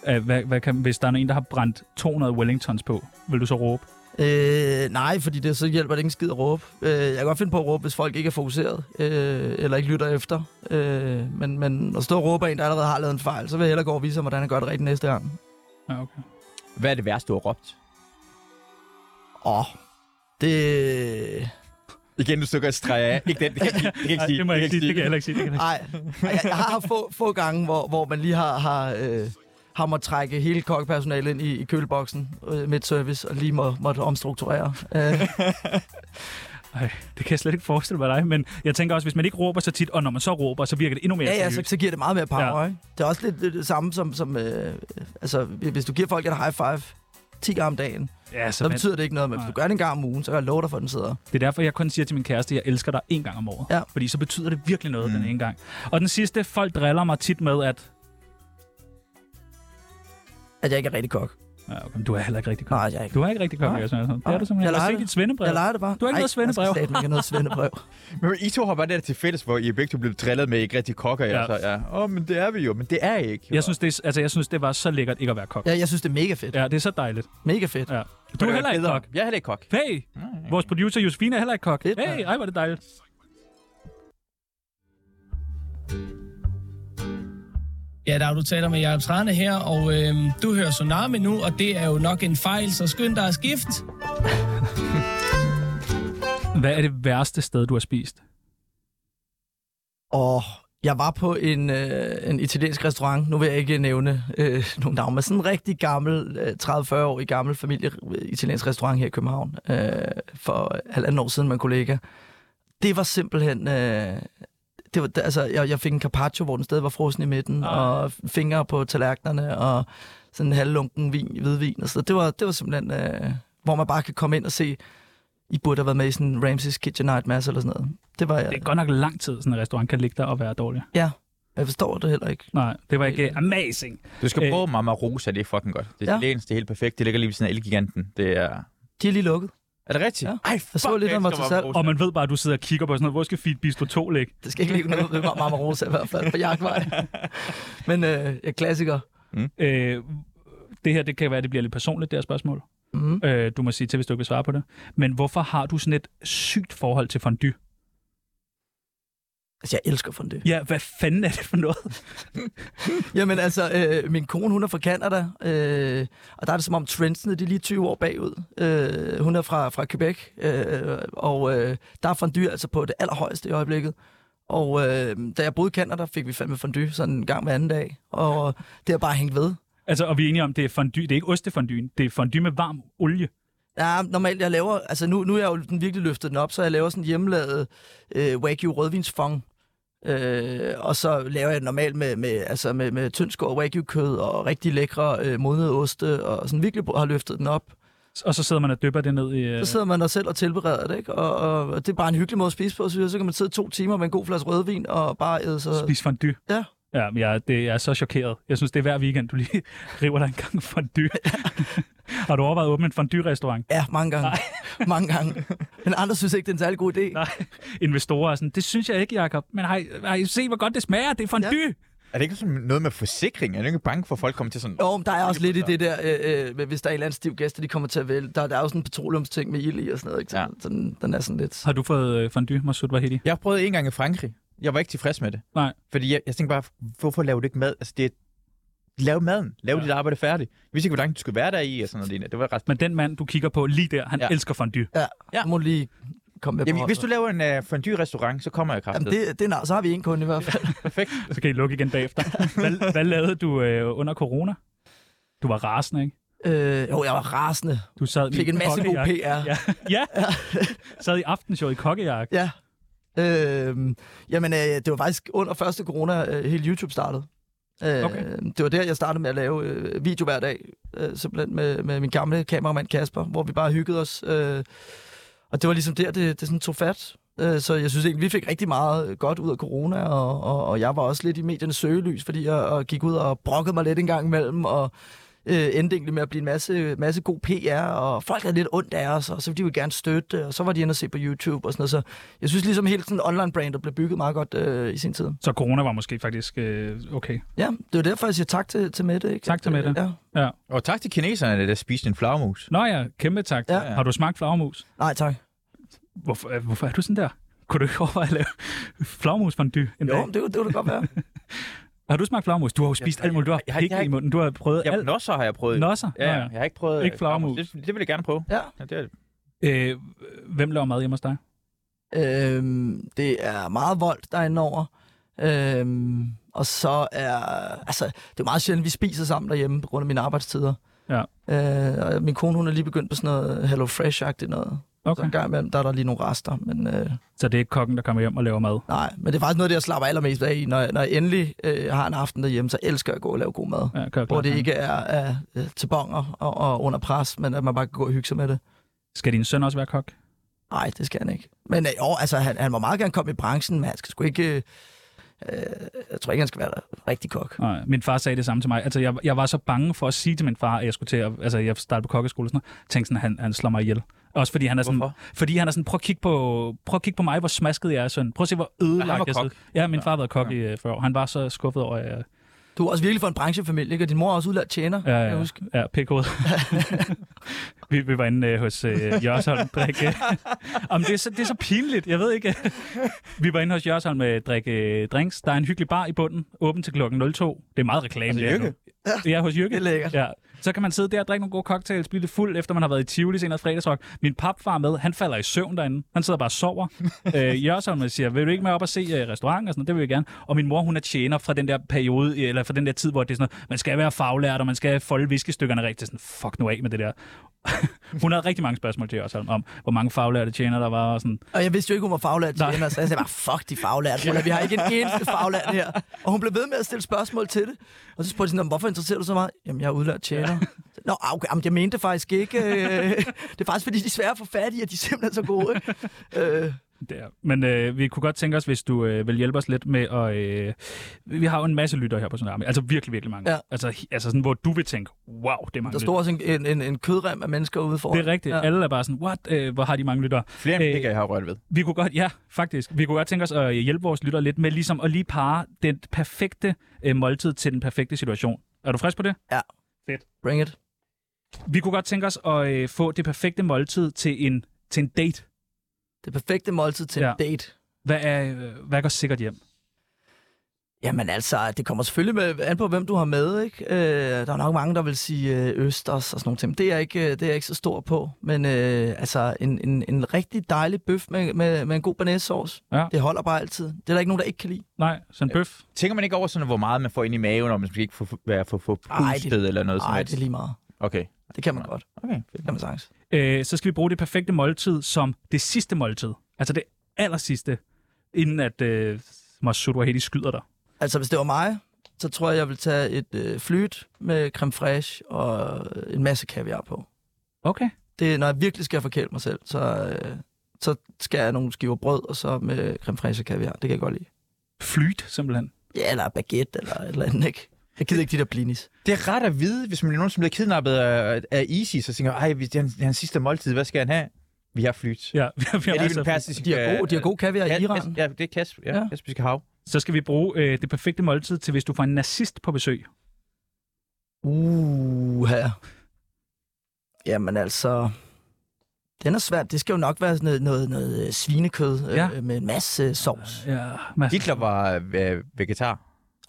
Æh, hvad, hvad kan, hvis der er en, der har brændt 200 Wellingtons på, vil du så råbe? Øh, nej, fordi det så hjælper det ikke en skid at råbe. Øh, jeg kan godt finde på at råbe, hvis folk ikke er fokuseret, øh, eller ikke lytter efter. Øh, men, men at stå og råbe af en, der allerede har lavet en fejl, så vil jeg hellere gå og vise ham, hvordan jeg gør det rigtigt næste gang. Ja, okay. Hvad er det værste, du har råbt? Åh, det... Igen, du stykker et streg af. Ikke den, det kan, jeg ikke- det kan jeg ikke Ej, sige. det må jeg ikke sige. Det kan jeg heller ikke ikke sige. Det kan jeg heller Nej, jeg, jeg har haft få, få gange, hvor, hvor man lige har, har, øh, har måttet trække hele kokkepersonalet ind i, i køleboksen øh, midt service, og lige må, måtte omstrukturere. (laughs) Øh, ikke- Det kan jeg slet ikke forestille mig dig. Men jeg tænker også, hvis man ikke råber så tit, og når man så råber, så virker det endnu mere Ja, ja, så, seriøst. så giver det meget mere power, Ja. ja. ikke? Det er også lidt, lidt det samme som, som øh, altså, hvis du giver folk en high five 10 gange om dagen, Ja, så så man, betyder det ikke noget, men hvis Nej. du gør det en gang om ugen, så kan jeg love dig for, at den sidder. det er derfor, jeg kun siger til min kæreste, at jeg elsker dig en gang om året. Ja. Fordi så betyder det virkelig noget mm. den ene gang. Og den sidste, folk driller mig tit med, at At jeg ikke er rigtig kok. ja, okay, men du er heller ikke rigtig kok. Nej, jeg er ikke. Du er ikke rigtig kok, Nej. Jørgen Sørensen. Det er Nej, du simpelthen. jeg Jeg har leger set det. dit svendebrev. Jeg leger det bare. Du har ikke Ej, noget svendebrev. Jeg skal staten ikke have noget (laughs) svendebrev. Men I to har bare det der til fælles, hvor I begge to blev drillet med, at I ikke rigtig kokker. Ja. Ja. Så, ja. Åh, oh, men det er vi jo. Men det er I ikke. Jeg synes, det, er- altså, jeg synes, det var så lækkert ikke at være kok. Ja, jeg synes, det er mega fedt. Ja, det er så dejligt. Mega fedt. Ja. Du er heller ikke kok. Jeg er heller ikke kok. Hey, vores producer Josefine er heller ikke kok. Fedt, mand. Hey, ej, hvor er det dejligt. Ja, der er du taler med Jacob Trane her, og øhm, du hører Tsunami nu, og det er jo nok en fejl, så skynd dig at skifte. Hvad er det værste sted, du har spist? Og jeg var på en, øh, en italiensk restaurant, nu vil jeg ikke nævne øh, nogen navn, men sådan en rigtig gammel, øh, 30-40-årig gammel familie øh, italiensk restaurant her i København, øh, for halvanden år siden med en kollega. Det var simpelthen... Øh, det var, det- altså, jeg, jeg fik en carpaccio, hvor den stadig var frossen i midten, Ej. og fingre på tallerkenerne, og sådan en halvlunken vin, hvidvin. Og så det var, det var simpelthen, øh, hvor man bare kan komme ind og se, I burde have været med i sådan en Ramsey's Kitchen Nightmares eller sådan noget. Det var, Det er godt nok lang tid, sådan en restaurant kan ligge der og være dårlig. Ja, jeg forstår det heller ikke. Nej, det var Øh, ikke amazing. Du skal Øh. prøve Mama Rosa, det er fucking godt. Det er Ja. ja. det er helt perfekt. Det ligger lige ved siden af Elgiganten. Det er... De er lige lukket. Er det rigtigt? Ja. Ej, Jeg så fuck, lidt, jeg om var elsker til Mama salg. Rosa. Og man ved bare, at du sidder og kigger på sådan noget. Hvor skal Fit Bistro 2 ligge? Det skal ikke ligge noget ved Marmar Rosa i hvert fald, på jagtvej. Men øh, ja, klassiker. Øh, det her, det kan være, at det bliver lidt personligt, det her spørgsmål. Mm. Øh, du må sige til, hvis du ikke vil svare på det. Men hvorfor har du sådan et sygt forhold til fondue? Altså, jeg elsker fondue. Ja, hvad fanden er det for noget? (laughs) Jamen altså, øh, min kone, hun er fra Canada, øh, og der er det som om trendsene, de er lige 20 år bagud. Øh, hun er fra, fra Quebec, øh, og øh, der er fondue altså på det allerhøjeste i øjeblikket. Og øh, da jeg boede i Canada, fik vi fandme fondue sådan en gang hver anden dag, og det har bare hængt ved. Altså, og vi er enige om, det er fondue. Det er ikke ostefonduen. Det er fondue med varm olie. Ja, normalt jeg laver, altså nu, nu er jeg jo den virkelig løftet den op, så jeg laver sådan en hjemmelavet øh, Wagyu rødvinsfong. Øh, og så laver jeg den normalt med, med, altså med, med tyndskår Wagyu kød og rigtig lækre øh, modnede oste, og sådan virkelig har løftet den op. Og så sidder man og dypper det ned i... øh, Så sidder man der selv og tilbereder det, ikke? Og, og, og, det er bare en hyggelig måde at spise på, synes jeg. Så kan man sidde to timer med en god flaske rødvin og bare æde sig... Spis fondue. Ja. Ja, men jeg, det, jeg er så chokeret. Jeg synes, det er hver weekend, du lige (laughs) river dig en gang (laughs) fondue. Har du overvejet at åbne en fondue-restaurant? Ja, mange gange. mange gange. Men andre synes ikke, det er en særlig god idé. Nej, (laughs) investorer er sådan, det synes jeg ikke, Jacob. Men har I, har I set, hvor godt det smager? Det er fondue! Ja. Er det ikke sådan noget med forsikring? Er du ikke bange for, at folk kommer til sådan... Jo, men der er også lidt i det der, øh, øh, med- hvis der er en eller anden stiv gæst, og de kommer til at vælge. Der, der er jo sådan en petroleumsting med ild i og sådan noget, ikke? Så, Ja. ja. den, den er sådan lidt... Har du fået øh, fondue, Masud Wahidi? Jeg har prøvet en gang i Frankrig. Jeg var ikke tilfreds med det. Nej. Fordi jeg, jeg tænkte bare, hvorfor laver du ikke mad? Altså, det er... Lav maden. Lav Ja. ja. dit arbejde færdigt. Jeg vidste ikke, hvor langt du skulle være der i, og sådan noget. lignende. Det var ret... Men den mand, du kigger på lige der, han ja. Ja. elsker fondue. Ja, Ja. ja. må lige komme med Jamen, på hvis du holdet. laver en uh, fondue-restaurant, så kommer jeg kraftigt. Jamen, det, det er, nej, så har vi en kunde i hvert fald. Perfekt. Så kan I lukke igen (laughs) bagefter. Hvad, hvad lavede du øh, under corona? Du var rasende, ikke? øh, jo, jeg var rasende. Du sad Fik i en masse god kokkejakke. PR. Ja. ja. (laughs) sad i aftenshow i kokkejakke. Ja. Øhm, jamen, øh, det var faktisk under første corona, øh, hele YouTube startede. Øh, Okay. Det var der, jeg startede med at lave øh, video hver dag, øh, simpelthen med, med min gamle kameramand Kasper, hvor vi bare hyggede os. Øh, og det var ligesom der, det, det sådan tog fat. Øh, så jeg synes egentlig, vi fik rigtig meget godt ud af corona, og, og, og jeg var også lidt i mediernes søgelys, fordi jeg og gik ud og brokkede mig lidt en gang imellem, og øh, endte egentlig med at blive en masse, masse god PR, og folk havde lidt ondt af os, og så ville de jo gerne støtte, det, og så var de inde og se på YouTube og sådan noget. Så jeg synes ligesom helt sådan online-brandet blev bygget meget godt øh, i sin tid. Så corona var måske faktisk øh, okay. Ja, det var derfor, jeg siger tak til, til Mette. Ikke? Tak til Øh, Mette. Ja. Ja. Og tak til kineserne, der spiste en flagmus. Nå ja, kæmpe tak. Ja. Ja. Har du smagt flagmus? Nej, tak. Hvorfor, øh, hvorfor er du sådan der? Kunne du ikke overveje at lave (laughs) flagmusfondue en dag? Jo, det, kunne- det kunne det godt (laughs) være. Har du smagt flagmus? Du har jo spist jeg- alt muligt. Du har jeg- jeg- pik jeg- i munden. Du har prøvet Ja, alt. nosser har jeg prøvet. Nosser? Ja, Nå ja, jeg har ikke prøvet Ikke flagermus. Det, det, vil jeg gerne prøve. Ja. ja det er, Øh, hvem laver mad hjemme hos dig? Øhm, det er meget voldt, der er inde over. Øhm, og så er... Altså, det er jo meget sjældent, vi spiser sammen derhjemme på grund af mine arbejdstider. Ja. Øh, og min kone, hun er lige begyndt på sådan noget Hello Fresh-agtigt noget. Så Okay. en gang imellem, der er der lige nogle rester, men øh, Så det er ikke kokken, der kommer hjem og laver mad. nej. Men det er faktisk noget, af det, jeg slapper allermest af i. Når, jeg- når jeg endelig øh, har en aften derhjemme, så elsker jeg at gå og lave god mad. Ja, kan jeg Hvor godt det lide. ikke er, er øh, til bonger og, og under pres, men at man bare kan gå og hygge sig med det. Skal din søn også være kok? Nej, det skal han ikke. Men øh, jo, altså, han, han må meget gerne komme i branchen, men han skal sgu ikke... Øh, øh, jeg tror ikke, han skal være rigtig kok. Nej, min far sagde det samme til mig. Altså, jeg, jeg var så bange for at sige til min far, at jeg skulle til at, altså, jeg startede på kokkeskole og sådan noget. Tænkte sådan, han, han slår mig ihjel. Også fordi han er sådan, Hvorfor? fordi han er sådan prøv, at kigge på, prøv at kigge på mig, hvor smasket jeg er, søn. Prøv at se, hvor Ja, han ødelagt var jeg kok. sidder. Ja, min far har været kok ja. i øh, 40 år. Han var så skuffet over, at jeg... Du er også virkelig for en branchefamilie, ikke? Og din mor er også udlært tjener, Ja, kan jeg ja, huske. ja pikhoved. (laughs) vi, vi var inde øh, hos øh, Jørsholm (laughs) drikke. Om det, er så, det er så pinligt, jeg ved ikke. vi var inde hos Jørsholm med øh, drikke øh, drinks. Der er en hyggelig bar i bunden, åben til klokken 02. Det er meget reklame. Altså, det her nu. Ja, hos Jykke. Det er lækkert. Ja. Så kan man sidde der og drikke nogle gode cocktails, blive lidt fuld, efter man har været i Tivoli senere fredagsrock. Min papfar er med, han falder i søvn derinde. Han sidder bare og (laughs) sover. øh, Jørgen siger, vil du ikke med op og se uh, restauranten? Og sådan noget, det vil jeg gerne. Og min mor, hun er tjener fra den der periode, eller fra den der tid, hvor det er sådan noget, man skal være faglært, og man skal folde viskestykkerne rigtigt. Sådan, fuck nu af med det der. (laughs) hun havde rigtig mange spørgsmål til Jørgen om, hvor mange faglærte tjener der var. Og sådan. Og jeg vidste jo ikke, hun var faglært Nej. tjener, så jeg sagde bare, fuck de faglærte. Hun, vi har ikke en eneste faglært her. Og hun blev ved med at stille spørgsmål til det. Og så spurgte de sådan, "Nå, hvorfor interesserer du så meget? Jamen, jeg er udlært tjener. Nå, ah, okay, jamen, jeg mente det faktisk ikke. Øh, (laughs) Det er faktisk, fordi de er svære at få fat i, og de er simpelthen så gode. Ikke? Øh, Der. Men øh, vi kunne godt tænke os, hvis du øh, vil hjælpe os lidt med at... Øh, vi har jo en masse lytter her på Tsunami. Altså virkelig, virkelig mange. Ja. Altså, he- altså sådan, hvor du vil tænke, wow, det er mange lytter. der stod også en, en, en, en kødrem af mennesker ude foran. Det er rigtigt. Ja. Alle er bare sådan, what? Øh, hvor har de mange lyttere? flere end Øh, pikker, jeg har rørt ved. Vi kunne godt, ja, faktisk. Vi kunne godt tænke os at hjælpe vores lyttere lidt med ligesom at lige pare den perfekte øh, måltid til den perfekte situation. Er du frisk på det? Bring it. Vi kunne godt tænke os at øh, få det perfekte måltid til en, til en date. Det perfekte måltid til Ja. ja. en date. Hvad, er, øh, hvad går sikkert hjem? Jamen altså, det kommer selvfølgelig med, an på, hvem du har med, ikke? Øh, der er nok mange, der vil sige øh, østers og sådan nogle ting. Det er jeg ikke, øh, det er jeg ikke så stor på. Men øh, altså, en, en, en rigtig dejlig bøf med, med, med en god banæssauce, Ja. det holder bare altid. Det er der ikke nogen, der ikke kan lide. Nej, sådan en bøf. Tænker man ikke over sådan, hvor meget man får ind i maven, om man skal ikke få, være for, for Ej, pustet det, eller noget Nej, sådan det er lige meget. Okay. Det kan man godt. Okay, Det fedt. kan man sagtens. Øh, så skal vi bruge det perfekte måltid som det sidste måltid. Altså det aller sidste, inden at øh, Masoud Wahedi skyder dig. Altså, hvis det var mig, så tror jeg, jeg vil tage et øh, flyt med creme fraiche og øh, en masse kaviar på. Okay. Det, når jeg virkelig skal forkæle mig selv, så, øh, så skal jeg nogle skiver brød, og så med creme fraiche og kaviar. Det kan jeg godt lide. Flyt, simpelthen. Ja, eller baguette, eller et eller andet, ikke? Jeg gider ikke de der blinis. Det er ret at vide, hvis man er nogen, som bliver kidnappet af, af ISIS, så tænker, ej, hvis det er hans, hans sidste måltid, hvad skal han have? Vi har flyt. Ja, vi har, vi har Er det masser den af persiske... De har gode, de har gode kaviar i Iran. Ja, det er Kasp, ja, Ja. Kaspiske Hav. Så skal vi bruge øh, det perfekte måltid til, hvis du får en nazist på besøg. Uh, her. Jamen altså... Den er svært. Det skal jo nok være sådan noget, noget, noget øh, svinekød øh, Ja. med en masse sovs. Ja, Mads. Hitler var øh, vegetar.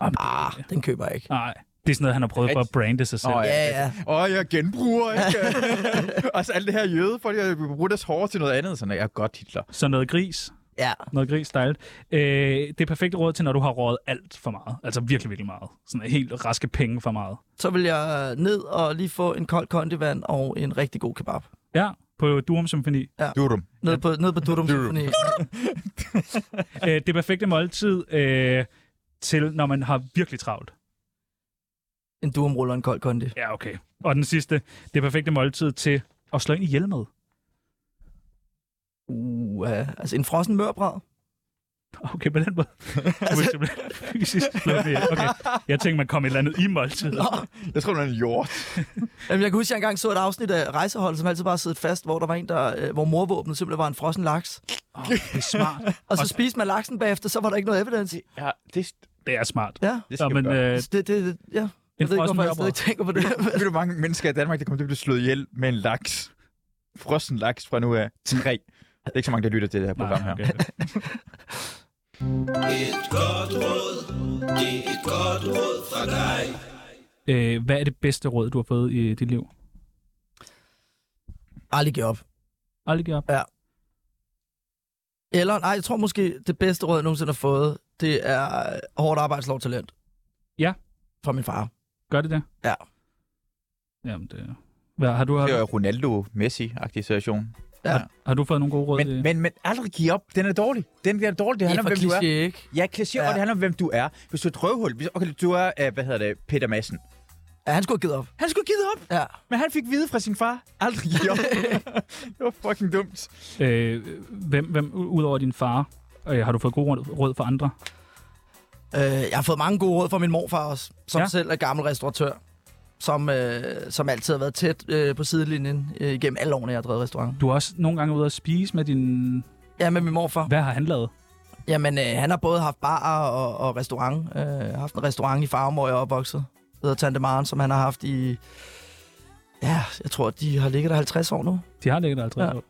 Jamen, Ah, det- den køber jeg ikke. Nej, det er sådan noget, han har prøvet for at brande sig selv. Åh, Ja, ja. Åh, jeg genbruger, ikke? (laughs) altså alt det her jøde, folk jeg bruger deres hår til noget andet. Sådan, jeg er godt Hitler. Så noget gris. ja. Noget gris style. Øh, det perfekte råd til, når du har rådet alt for meget. Altså virkelig, virkelig meget. Sådan helt raske penge for meget. Så vil jeg ned og lige få en kold kondivand og en rigtig god kebab. Ja, på Durum Symfoni. Durum. Ned på, ned på (laughs) Dudum Symfoni. øh, det perfekte måltid øh, til, når man har virkelig travlt. En durumruller og en kold kondi. Ja, okay. Og den sidste, det perfekte måltid til at slå ind ihjel med. Uh, altså en frossen mørbrad. Okay, på den måde. Altså... Du er simpelthen fysisk slået ihjel. Okay. Jeg tænkte, man kom et eller andet i måltid. Jeg tror, det er en hjort. Jamen, jeg kan huske, at jeg engang så et afsnit af Rejsehold, som altid bare siddet fast, hvor der var en, der, øh, hvor morvåbnet simpelthen var en frossen laks. Oh, det er smart. Og så spiste man laksen bagefter, så var der ikke noget evidence. Ja, det, Det er smart. Ja, det Nå, skal ja, men, øh, det, det, det ja. Jeg frossen ved ikke, hvorfor jeg stadig mørbrød. ikke tænker på det. Ved du, hvor mange mennesker i Danmark, der kommer til at blive slået ihjel med en laks? Frossen laks fra nu af. Tre. Der er ikke så mange, der lytter til det her program nej, her. okay. Et godt råd, det er et godt råd fra dig. Øh, hvad er det bedste råd, du har fået i dit liv? Aldrig give op. Aldrig give op. Eller, nej, jeg tror måske, det bedste råd, jeg nogensinde har fået, det er øh, hårdt arbejde, slår talent. Ja. Fra min far. Gør det det? Ja. Jamen, det... Hvad, har, du, Det er jo har, Ronaldo-Messi-agtig situation. har du fået nogle gode råd? Men, i- men, men aldrig give op. Den er dårlig. Den er dårlig. Det Det er handler om, for hvem du kliché, er. ikke? Ja, kliché, ja. Ja. og det handler om, hvem du er. Hvis du er et røvhul, hvis, okay, du er, øh, hvad hedder det, Peter Madsen. Ja, han skulle have givet op. Han skulle give op, Ja. men han fik vide fra sin far. Aldrig (laughs) give op. det var fucking dumt. Øh, hvem, hvem, u- udover din far, øh, har du fået gode råd- råd fra andre? Øh, jeg har fået mange gode råd fra min morfar også, som Ja. ja. selv er gammel restauratør. Som, øh, som altid har været tæt øh, på sidelinjen øh, gennem alle årene, jeg har drevet restaurant. Du er også nogle gange ude at spise med din... Ja, med min morfar. Hvad har han lavet? Jamen, øh, han har både haft bar og, og restaurant. Øh, haft en restaurant i Farum, hvor jeg er opvokset. Det hedder Tante Maren, som han har haft i... Ja, jeg tror, de har ligget der 50 år nu. De har ligget der 50 Ja. år.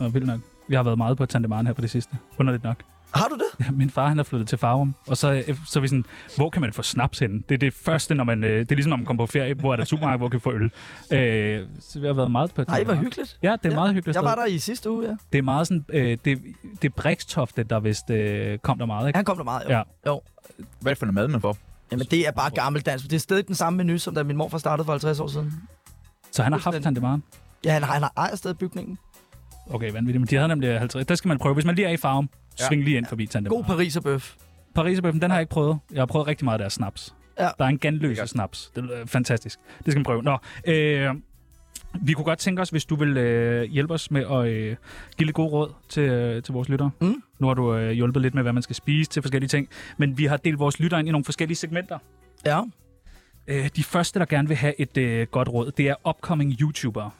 Nå, vildt nok. Vi har været meget på Tandemaren her på det sidste. Underligt nok. Har du det? Ja, min far, han er flyttet til Farum. Og så, øh, så er vi sådan, hvor kan man få snaps henne? Det er det første, når man... Øh, det er ligesom, når man kommer på ferie. Hvor er der supermarked, hvor kan vi få øl? Øh, så vi har været meget på Nej, hvor Tandemaren. hyggeligt. Ja, det er ja, Ja, meget hyggeligt. Jeg sted. var der i sidste uge, ja. Det er meget sådan... Øh, det, det er Brikstofte, der vist øh, kom der meget, ikke? Han kom der meget, jo. Ja. Ja. jo. Hvad er det for noget mad, man får? Jamen, det er bare gammeldansk. Det er stadig den samme menu, som da min morfar startede for 50 år siden. Så han har haft Tandemaren. Ja, han, han har ejer stadig bygningen. Okay, vanvittigt. Men de havde nemlig 50. Der skal man prøve. Hvis man lige er i farven, ja. Ja. sving lige ind forbi Tandem. God pariserbøf. Pariserbøffen, den har jeg ikke prøvet. Jeg har prøvet rigtig meget af deres snaps. Ja. Der er en genløs snaps. Det er fantastisk. Det skal man prøve. Nå, øh, vi kunne godt tænke os, hvis du vil øh, hjælpe os med at øh, give lidt gode råd til, øh, til vores lyttere. Mm. Nu har du øh, hjulpet lidt med, hvad man skal spise til forskellige ting. Men vi har delt vores lyttere ind i nogle forskellige segmenter. Ja. Øh, de første, der gerne vil have et øh, godt råd, det er upcoming YouTubere.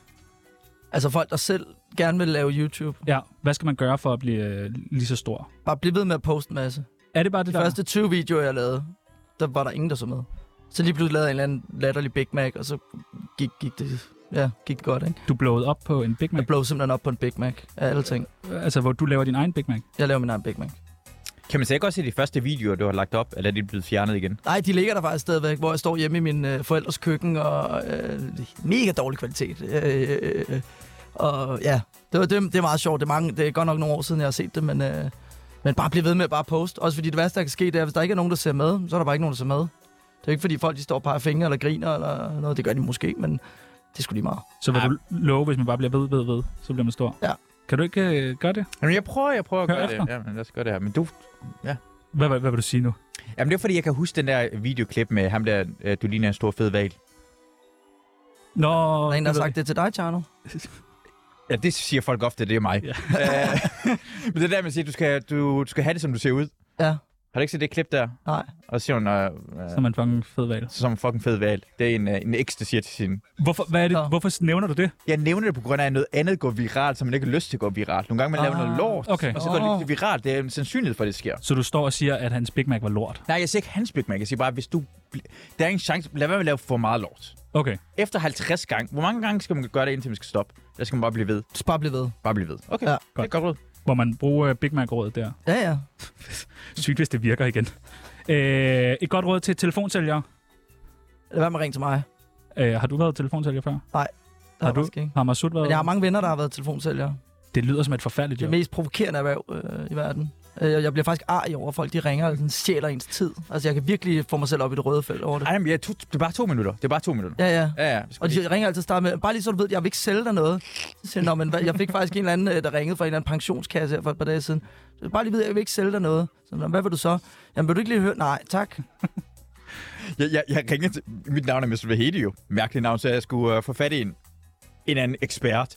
Altså folk, der selv gerne vil lave YouTube. Ja, hvad skal man gøre for at blive øh, lige så stor? Bare bliv ved med at poste en masse. Er det bare det, De der? første 20 videoer, jeg lavede, der var der ingen, der så med. Så lige pludselig lavede jeg en eller anden latterlig Big Mac, og så gik, gik det... Ja, gik det godt, ikke? Du blowede op på en Big Mac, Jeg blev simpelthen op på en Big Mac af alle ting. altså hvor du laver din egen Big Mac. Jeg laver min egen Big Mac. Kan man så ikke også se de første videoer, du har lagt op, eller er de blevet fjernet igen? Nej, de ligger der faktisk stadigvæk, hvor jeg står hjemme i min øh, forældres køkken, og øh, mega dårlig kvalitet. Øh, øh, øh, og ja, det, var, det, det er meget sjovt. Det er, mange, det er godt nok nogle år siden, jeg har set det, men, øh, men bare blive ved med at bare poste. Også fordi det værste, der kan ske, det er, hvis der ikke er nogen, der ser med, så er der bare ikke nogen, der ser med. Det er jo ikke, fordi folk de står og peger fingre eller griner eller noget. Det gør de måske, men det skulle lige meget. Så vil ja. du love, hvis man bare bliver ved, ved, ved, så bliver man stor. Ja. Kan du ikke øh, gøre det? Jamen, jeg prøver, jeg prøver at Hør gøre efter. det. Jamen, lad os gøre det her. Men du, Hvad, hvad, hvad vil du sige nu? Jamen, det er fordi, jeg kan huske den der videoklip med ham der, øh, du ligner en stor fed val. Nå, Der er en, det der ved har sagt det til dig, Tjerno. Ja, det siger folk ofte, det er mig. (laughs) Ja. men det der, man siger, du skal, du, du skal have det, som du ser ud. Ja, Har du ikke set det klip der? nej. Og så siger hun, øh, jeg. øh, Så er man fucking fed valg. som en fucking fed val. Det er en, øh, en eks, der siger til sin... Hvorfor, hvad er det? Nå. Hvorfor nævner du det? Jeg nævner det på grund af, at noget andet går viralt, som man ikke har lyst til at gå viralt. Nogle gange man laver Ah, noget lort, okay. og så går Åh. det ikke viralt. Det er en sandsynlighed for, at det sker. Så du står og siger, at hans Big Mac var lort. Nej, jeg siger ikke hans Big Mac. Jeg siger bare, hvis du... bl- Der er en chance... Lad være med at lave for meget lort. Okay. Efter 50 gange... Hvor mange gange skal man gøre det, indtil man skal stoppe? Der skal man bare blive ved. Så bare blive ved. Bare blive ved. Okay, Ja. ja, det er et godt råd. Hvor man bruger øh, Big Mac-rådet der. Ja, ja. Sygt, hvis det virker igen. Øh, et godt råd til telefonsælgere. Lad være med at ringe til mig. Øh, har du været telefonsælger før? Der Har du? faktisk Ikke. Har Masud været? Men jeg har mange venner, der har været telefonsælgere. Det lyder som et forfærdeligt det job. mest provokerende erhverv øh, i verden. Øh, Jeg jeg bliver faktisk arg over, at folk de ringer og sådan, stjæler ens tid. Altså, jeg kan virkelig få mig selv op i det røde felt over det. Ej, men jeg to, det er bare to minutter. Det er bare to minutter. Ja, ja. Ja, ja. Vi skal Og lige- de ringer altid starte med, bare lige så du ved, jeg vil ikke sælge dig noget. Så siger jeg, "Nå, men hvad?" jeg fik faktisk en eller anden, øh, der ringede fra en eller anden pensionskasse her for et par dage siden. Så Bare lige vide, jeg vil ikke sælge dig noget. Så, "Nå, hvad vil du så? Jamen, vil du ikke lige høre? Nej, tak. jeg, jeg, jeg ringer til... øh, Mit navn er Mr. Vahedi jo. Mærkeligt navn, så jeg skulle uh, få fat i en, en anden ekspert.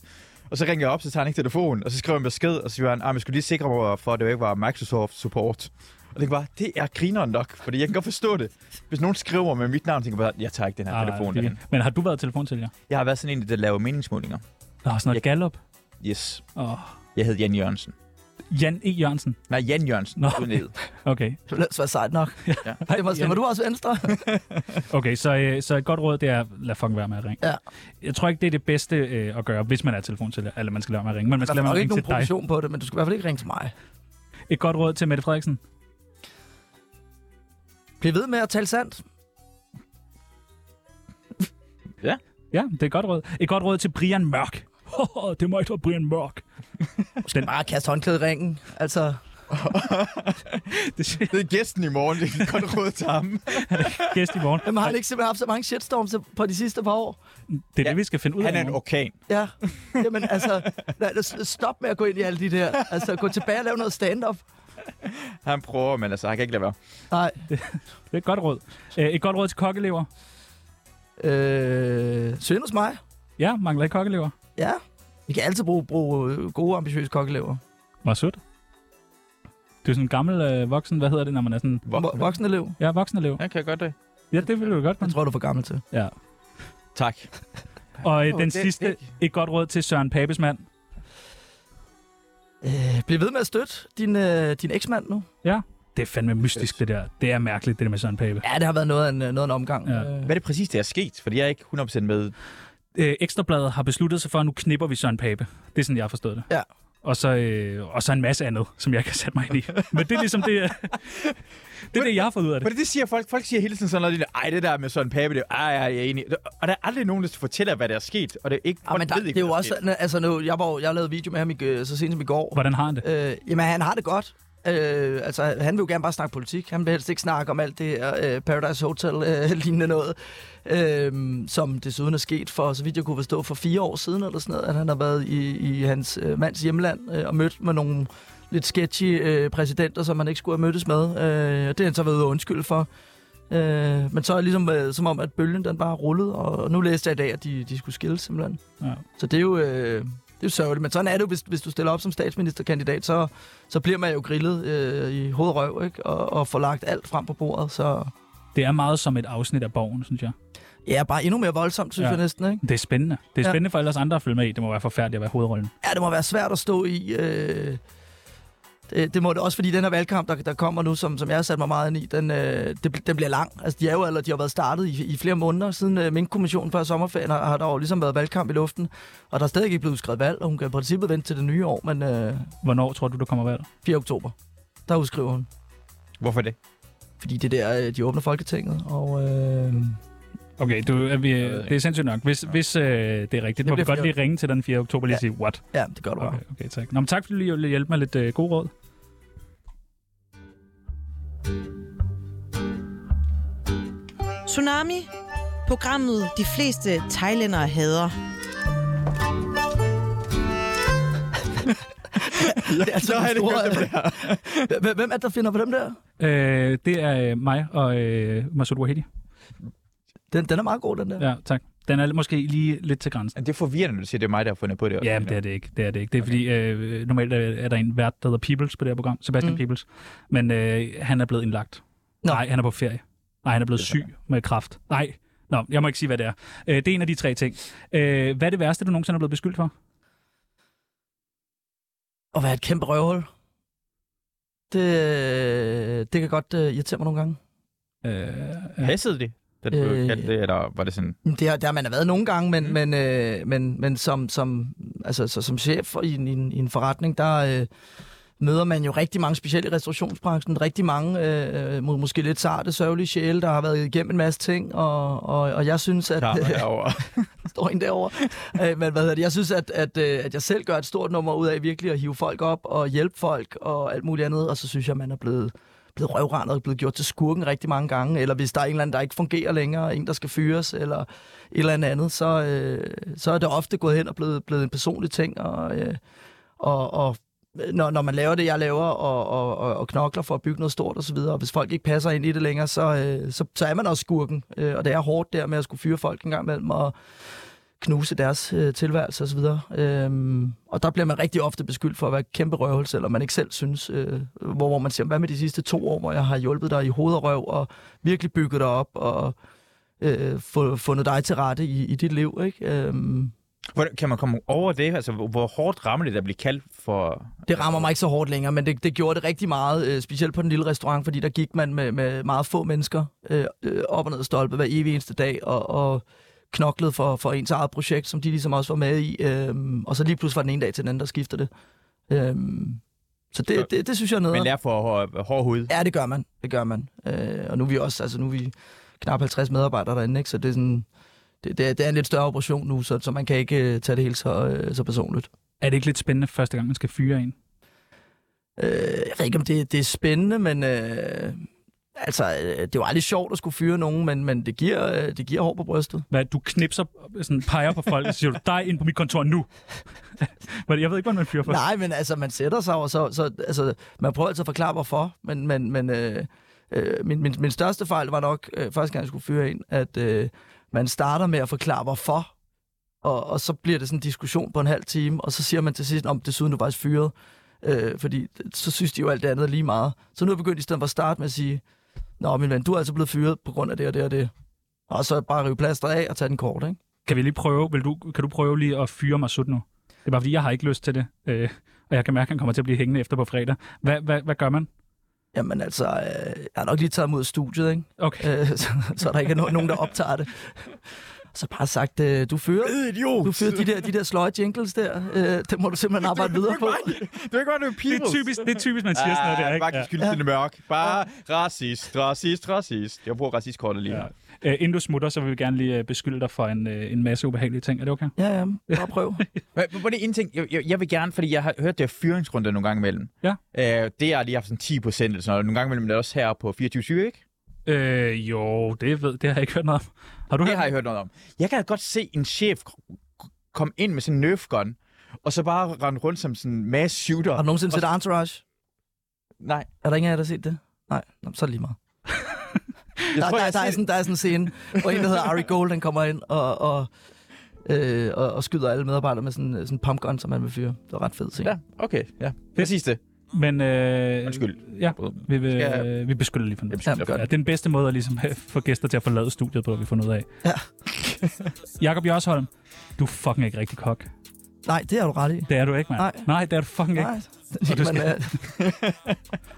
Og så ringer jeg op, så tager han ikke telefonen, og så skriver jeg en besked, og så siger han, at jeg skulle lige sikre mig for, at det jo ikke var Microsoft support. Og det bare, det er grineren nok, fordi jeg kan godt forstå det. Hvis nogen skriver med mit navn, tænker jeg bare, jeg tager ikke den her Ah, telefon det- derhen. Men har du været telefonsælger? Jeg har været sådan en, der laver meningsmålinger. Der er sådan noget Jeg- Gallup. Yes. Oh. Jeg hed Jan Jørgensen. Jan E. Jørgensen. Nej, Jan Jørgensen. Nå. uden ed. Okay. Det ville ellers være sejt nok. Hej, (laughs) Det må, stemmer Jan. du også venstre? Okay, så, øh, så et godt råd, det er, lad fucking være med at ringe. Ja. Jeg tror ikke, det er det bedste øh, at gøre, hvis man er telefonsælger, eller man skal lade være med at ringe, men man Der skal er lade være nok med at ikke ringe nogen til dig. provision på det, men du skal i hvert fald ikke ringe til mig. Et godt råd til Mette Frederiksen. Bliv ved med at tale sandt. Ja, det er et godt råd. Et godt råd til Brian Mørk. (laughs) Hoho, det må ikke være Brian Mørk. Den, Bare kast håndklæde i ringen. Altså, det siger Det er gæsten i morgen, det er godt råd til ham. gæst i morgen. jamen, har han ikke simpelthen haft så mange shitstorms på de sidste par år? Det er Ja. det, vi skal finde ud af. Han er i en morgen. orkan. Ja, jamen altså, lad- lad- stop med at gå ind i alle de der. Altså, gå tilbage og lave noget stand-up. Han prøver, men altså, han kan ikke lade være. Nej, Det er et godt råd. Øh, Et godt råd til kokkelever. øh, søg ind hos mig. Ja, mangler ikke kokkelever. Ja, vi kan altid bruge, bruge øh, gode, ambitiøse kokkelever. Hvor sødt. Det er sådan en gammel øh, voksen, hvad hedder det, når man er sådan... Vo- Voksne elev. Ja, voksenelev. Han kan godt det. Ja, det ville du godt. Jeg Man. tror, du er for gammel til. Ja. Tak. Og øh, Åh, den det er sidste, ikke- et godt råd til Søren Papes mand. Øh, bliv ved med at støtte din, øh, din eksmand nu. Det er fandme mystisk, det der. Det er mærkeligt, det der med Søren Pape. Ja, det har været noget af en, noget af en omgang. Ja. Ja. Øh, Hvad er det præcis, der er sket? Fordi jeg er ikke 100% med. øh, Ekstrabladet har besluttet sig for, at nu knipper vi Søren Pape. Det er sådan, jeg har forstået det. Ja. Og så, øh, og så en masse andet, som jeg kan sætte mig ind (laughs) i. Men det er ligesom det, øh, det, er det jeg har fået ud af det. Men det siger folk. Folk siger hele tiden sådan noget. lignende, Ej, det der med Søren Pape, det er, ej, ej, jeg er enig. Og der er aldrig nogen, der fortæller, hvad der er sket. Og det er ikke, Ja, men der, ved det ikke, er jo hvad også, sket. sådan, altså nu, jeg, var, jo- jeg lavede video med ham i, øh, så sent som i går. Hvordan har han det? Øh, jamen, han har det godt. Øh, altså, han vil jo gerne bare snakke politik. Han vil helst ikke snakke om alt det her øh, Paradise (laughs) Hotel-lignende noget, øh, som desuden er sket for, så vidt jeg kunne forstå, for fire år siden eller sådan noget, at han har været i, i hans øh, mands hjemland øh, og mødt med nogle lidt sketchy øh, præsidenter, som han ikke skulle have mødtes med. Øh, og det har han så været ude at undskylde for. Øh, men så er det ligesom øh, som om, at bølgen den bare rullede, og nu læste jeg i dag, at de, de skulle skille simpelthen. Ja. Så det er jo... Øh, det er jo sørgeligt, men sådan er det jo, hvis, hvis du stiller op som statsministerkandidat, så, så bliver man jo grillet øh, i hoved og røv, ikke? Og, og får lagt alt frem på bordet, så... Det er meget som et afsnit af Borgen, synes jeg. Ja, bare endnu mere voldsomt, synes Ja. ja. jeg næsten, ikke? Det er spændende. Det er Ja. spændende for alle os andre at følge med i. Det må være forfærdeligt at være hovedrollen. Ja, det må være svært at stå i. Øh, det, det må det også, fordi den her valgkamp, der, der kommer nu, som, som jeg har sat mig meget ind i, den, øh, det, bl- den bliver lang. Altså, de, er jo, eller, de har været startet i, i flere måneder. Siden øh, Mink-kommissionen før sommerferien har, har der jo ligesom været valgkamp i luften, og der er stadig ikke blevet udskrevet valg, og hun kan i princippet vente til det nye år, men øh, Hvornår tror du, du kommer valg? 4. oktober, der udskriver hun. Hvorfor det? Fordi det er der, øh, de åbner Folketinget, og... Øh, Okay, du, er vi, øh, ved det er sindssygt nok. Hvis, hvis øh, det er rigtigt, Det må vi bliver godt lige ringe til den 4. oktober og lige ja. Ja. sige, what? ja, det gør du bare. (laughs) Okay, okay tak. Nå, men tak fordi du lige ville hjælpe mig lidt øh, god råd. Tsunami, programmet de fleste thailændere hader. Det er altså Nå, nogle han store, gjorde (laughs) (laughs) Hvem- Hvem er det, der finder på dem der? Øh, det er øh, mig og øh, Masoud Wahedi. Den, den er meget god, den der. Ja, tak. Den er måske lige lidt til grænsen. Det er forvirrende, når du siger, det er mig, der har fundet på det. Ja, men det er det ikke. Det er det ikke. Det er fordi, øh, normalt er- er der en vært, der hedder Peoples på det her program. Sebastian mm. Mm. Peoples. Men øh, han er blevet indlagt. Nå. Nej, han er på ferie. Nej, han er blevet Det er syg med kraft. Nej, Nå, jeg må ikke sige, hvad det er. Øh, det er en af de tre ting. Øh, hvad er det værste, du nogensinde er blevet beskyldt for? At være et kæmpe røvhul. Det, det kan godt uh, irritere mig nogle gange. Øh, Passede det? Da du blev Øh, kaldt det, eller var det sådan... Jamen, Det har, det har man da været nogle gange, men, mm. men, øh, men, men som, som, altså, så, som chef for- i en, i en, i en forretning, der øh, møder man jo rigtig mange, specielt i restaurationsbranchen, rigtig mange, øh, må, måske lidt sarte, sørgelige sjæle, der har været igennem en masse ting, og, og, og jeg synes, at... Der, (laughs) derovre. står en derovre. Øh, men hvad hedder det? Jeg synes, at, at, øh, at jeg selv gør et stort nummer ud af virkelig at hive folk op og hjælpe folk og alt muligt andet. Og så synes jeg, man er blevet blevet røvrendet og blevet gjort til skurken rigtig mange gange, eller hvis der er en eller anden, der ikke fungerer længere, en, der skal fyres, eller et eller andet andet, så, øh, så er det ofte gået hen og blevet, blevet en personlig ting, og, øh, og, og når, når man laver det, jeg laver, og, og, og, og knokler for at bygge noget stort osv., og hvis folk ikke passer ind i det længere, så, øh, så, så er man også skurken, øh, og det er hårdt der med at skulle fyre folk en gang imellem, og knuse deres øh, tilværelse osv. Øhm, og der bliver man rigtig ofte beskyldt for at være et kæmpe røvhul, selvom man ikke selv synes, øh, hvor, hvor man siger, hvad med de sidste to år, hvor jeg har hjulpet dig i hoved og røv, og virkelig bygget dig op, og øh, få- fundet dig til rette i, i dit liv. Ikke? Øhm, Hvordan, kan man komme over det? Altså, hvor hvor hårdt rammer det, der bliver kaldt for... Det rammer mig ikke så hårdt længere, men det, det gjorde det rigtig meget, øh, specielt på den lille restaurant, fordi der gik man med, med meget få mennesker øh, øh, op og ned ad stolpe hver evig eneste dag, og, og knoklede for, for ens eget projekt, som de ligesom også var med i, øh, og så lige pludselig fra den ene dag til den anden, der skifter det. Øh, så det, det, det synes jeg er noget. Man lærer for hår, hård hud. Ja, det gør man. Det gør man. Øh, og nu er vi også, altså nu er vi knap 50 medarbejdere derinde, ikke? så det er sådan... Det, det, er, det er en lidt større operation nu, så, så man kan ikke øh, tage det helt så, øh, så personligt. Er det ikke lidt spændende første gang, man skal fyre en? Øh, jeg ved ikke, om det, det er spændende, men øh, altså, øh, det er jo aldrig sjovt at skulle fyre nogen, men, men det, giver, øh, det giver hår på brystet. Hvad, du knipser, sådan peger på folk, og så siger du, dig ind på mit kontor nu. (laughs) Men jeg ved ikke, hvordan man fyrer for. (laughs) Nej, men altså, man sætter sig, og så, så altså, man prøver altid at forklare, hvorfor, men, men, men øh, øh, min, min, min største fejl var nok, øh, første gang jeg skulle fyre en, at øh, man starter med at forklare, hvorfor, og, og så bliver det sådan en diskussion på en halv time, og så siger man til sidst, om desuden du er faktisk fyret, øh, fordi så synes de jo alt det andet er lige meget. Så nu er jeg begyndt i stedet for at starte med at sige, Nå, min ven, du er altså blevet fyret på grund af det og det og det. Og så bare rive plaster af og tage den kort, ikke? Kan vi lige prøve, vil du, kan du prøve lige at fyre mig sut nu? Det er bare fordi, jeg har ikke lyst til det. Øh, og jeg kan mærke, at han kommer til at blive hængende efter på fredag. Hvad, hvad, hvad gør man? Jamen altså, øh, jeg har nok lige taget mod studiet, ikke? Okay. Øh, så, så der ikke er no- nogen, der optager det. Så bare sagt, øh, du fører, Idiot! du fører de der, de der sløje jingles der, øh, det må du simpelthen arbejde videre på. Du er ikke godt, du er Det er typisk, det er typisk man siger sådan noget der, ikke? Ah, Faktisk skyldes det mørk. Bare racist, racist, racist. Jeg bruger racistkortet lige. Ja. Ja. Øh, inden du smutter, så vil vi gerne lige øh, beskylde dig for en, øh, en masse ubehagelige ting. Er det okay? Ja, ja, bare prøv. Hvor det en ting, jeg, jeg, jeg, vil gerne, fordi jeg har hørt det her fyringsrunde nogle gange imellem. Ja. Øh, det har jeg lige haft sådan 10 procent eller sådan noget. Nogle gange imellem det er også her på 24-7, ikke? Øh, jo, det, ved, det har jeg ikke hørt noget om. Har du Det hørt? har jeg hørt noget om. Jeg kan godt se en chef k- komme ind med sin nerf gun, og så bare rende rundt som sådan en mass shooter. Har du nogensinde set Entourage? Nej. Er der ingen af jer, der har set det? Nej, Nå, så er det lige meget. Der, Jeg tror, der, jeg der, har er set- sådan, der er sådan en scene, hvor en, der hedder Ari Gold, den kommer ind og, og, øh, og, og skyder alle medarbejdere med sådan øh, sådan en pumpgun, som man vil fyre. Det var ret fedt scene. Ja, okay. Ja. Præcis det. Men, øh, Undskyld. Ja, vi, vil, Skal øh, vi beskylder lige for noget. Ja, godt. Ja, den bedste måde at ligesom få gæster til at forlade studiet på, at vi fundet ud af. Ja. Jakob Jørsholm, du er fucking ikke rigtig kok. Nej, det har du ret i. Det er du ikke, mand. Nej. Nej det er du fucking ikke. Nej, Og du men, skal- øh,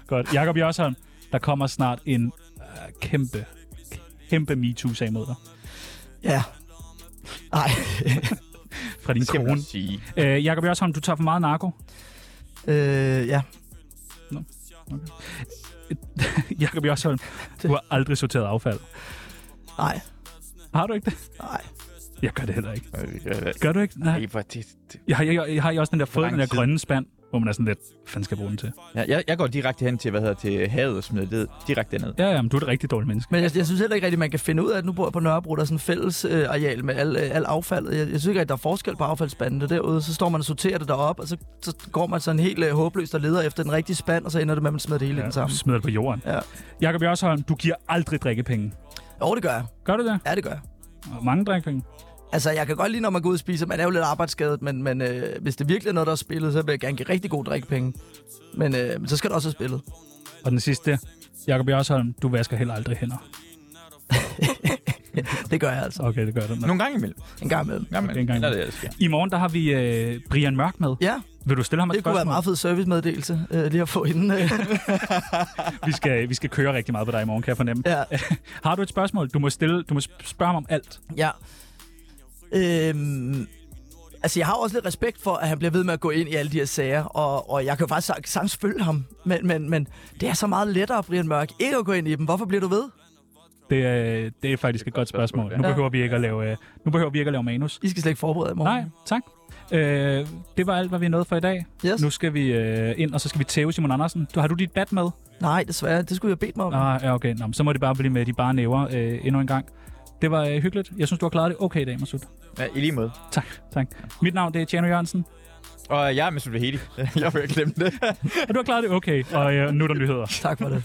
Godt. Jakob Jørsholm, der kommer snart en øh, kæmpe, kæmpe MeToo-sag mod dig ja. Nej. fra din Det skal man kone. også sige. Øh, Jakob Jørsholm, du tager for meget narko. (laughs) øh, ja. Jakob Jørsholm, du har aldrig sorteret affald. Nej. Har du ikke det? Nej. Jeg gør det heller ikke. Øh, øh, Gør du ikke? Nej. Ej, hvor det, det. Jeg har, jeg, jeg, jeg har jo også den der fået lang den der tid? grønne spand, hvor man er sådan lidt, hvad fanden skal jeg bruge den til? Ja, jeg, jeg går direkte hen til, hvad hedder, til havet og smider det direkte ned. Ja, ja, men du er et rigtig dårligt menneske. Men jeg, jeg synes heller ikke rigtigt, man kan finde ud af, at nu bor jeg på Nørrebro, der er sådan et fælles øh, areal med al, øh, al affaldet. Jeg, jeg synes ikke rigtigt, der er forskel på affaldsspandene derude. Så står man og sorterer det derop, og så, så går man sådan helt øh, håbløst og leder efter den rigtige spand, og så ender det med, at man smider det hele ja. Ja, ind du sammen. smider det på jorden. Ja. Jakob Jørsholm, du giver aldrig drikkepenge. Jo, det gør jeg. Gør du det? Ja, det gør jeg. Og mange drikkepenge. Altså, jeg kan godt lide, når man går ud og spiser. Man er jo lidt arbejdsskadet, men, men øh, hvis det virkelig er noget, der er spillet, så vil jeg gerne give rigtig gode drikkepenge. Men, øh, men så skal det også have spillet. Og den sidste, Jakob Jørsholm, du vasker heller aldrig hænder. Det gør jeg altså. Okay, det gør det. Nå. Nogle gange imellem. En gang imellem. Nogle En gang imellem. Når det sker. I morgen, der har vi øh, Brian Mørk med. Ja, Vil du stille ham et det kunne være en spørgsmål? meget fed servicemeddelelse øh, lige at få (laughs) inden. Øh. Vi skal, vi skal køre rigtig meget på dig i morgen, kan jeg fornemme. Ja. Har du et spørgsmål? Du må, stille, du må sp- spørge ham om alt. Ja. Øhm, altså, jeg har også lidt respekt for, at han bliver ved med at gå ind i alle de her sager, og, og jeg kan jo faktisk sag- sagtens følge ham, men, men, men det er så meget lettere, Brian Mørk, ikke at gå ind i dem. Hvorfor bliver du ved? Det, er, det er faktisk et godt spørgsmål. Nu ja. behøver vi ikke at lave, øh, nu behøver vi ikke at lave manus. I skal slet ikke forberede jer i morgen. Nej, tak. Øh, det var alt, hvad vi nåede for i dag. Yes. Nu skal vi øh, ind, og så skal vi tæve Simon Andersen. Du, har du dit bat med? Nej, desværre. Det skulle jeg have bedt mig om. Ah, ja, okay. Nå, men så må det bare blive med de bare næver øh, endnu en gang. Det var øh, hyggeligt. Jeg synes, du har klaret det okay i dag, Masud. Ja, i lige måde. Tak, tak. Mit navn det er Tjerno Jørgensen, Og (laughs) jeg er med Sulvahedi. jeg vil ikke glemme det. og du har klaret det okay. Og øh, nu er der nyheder. Tak for det.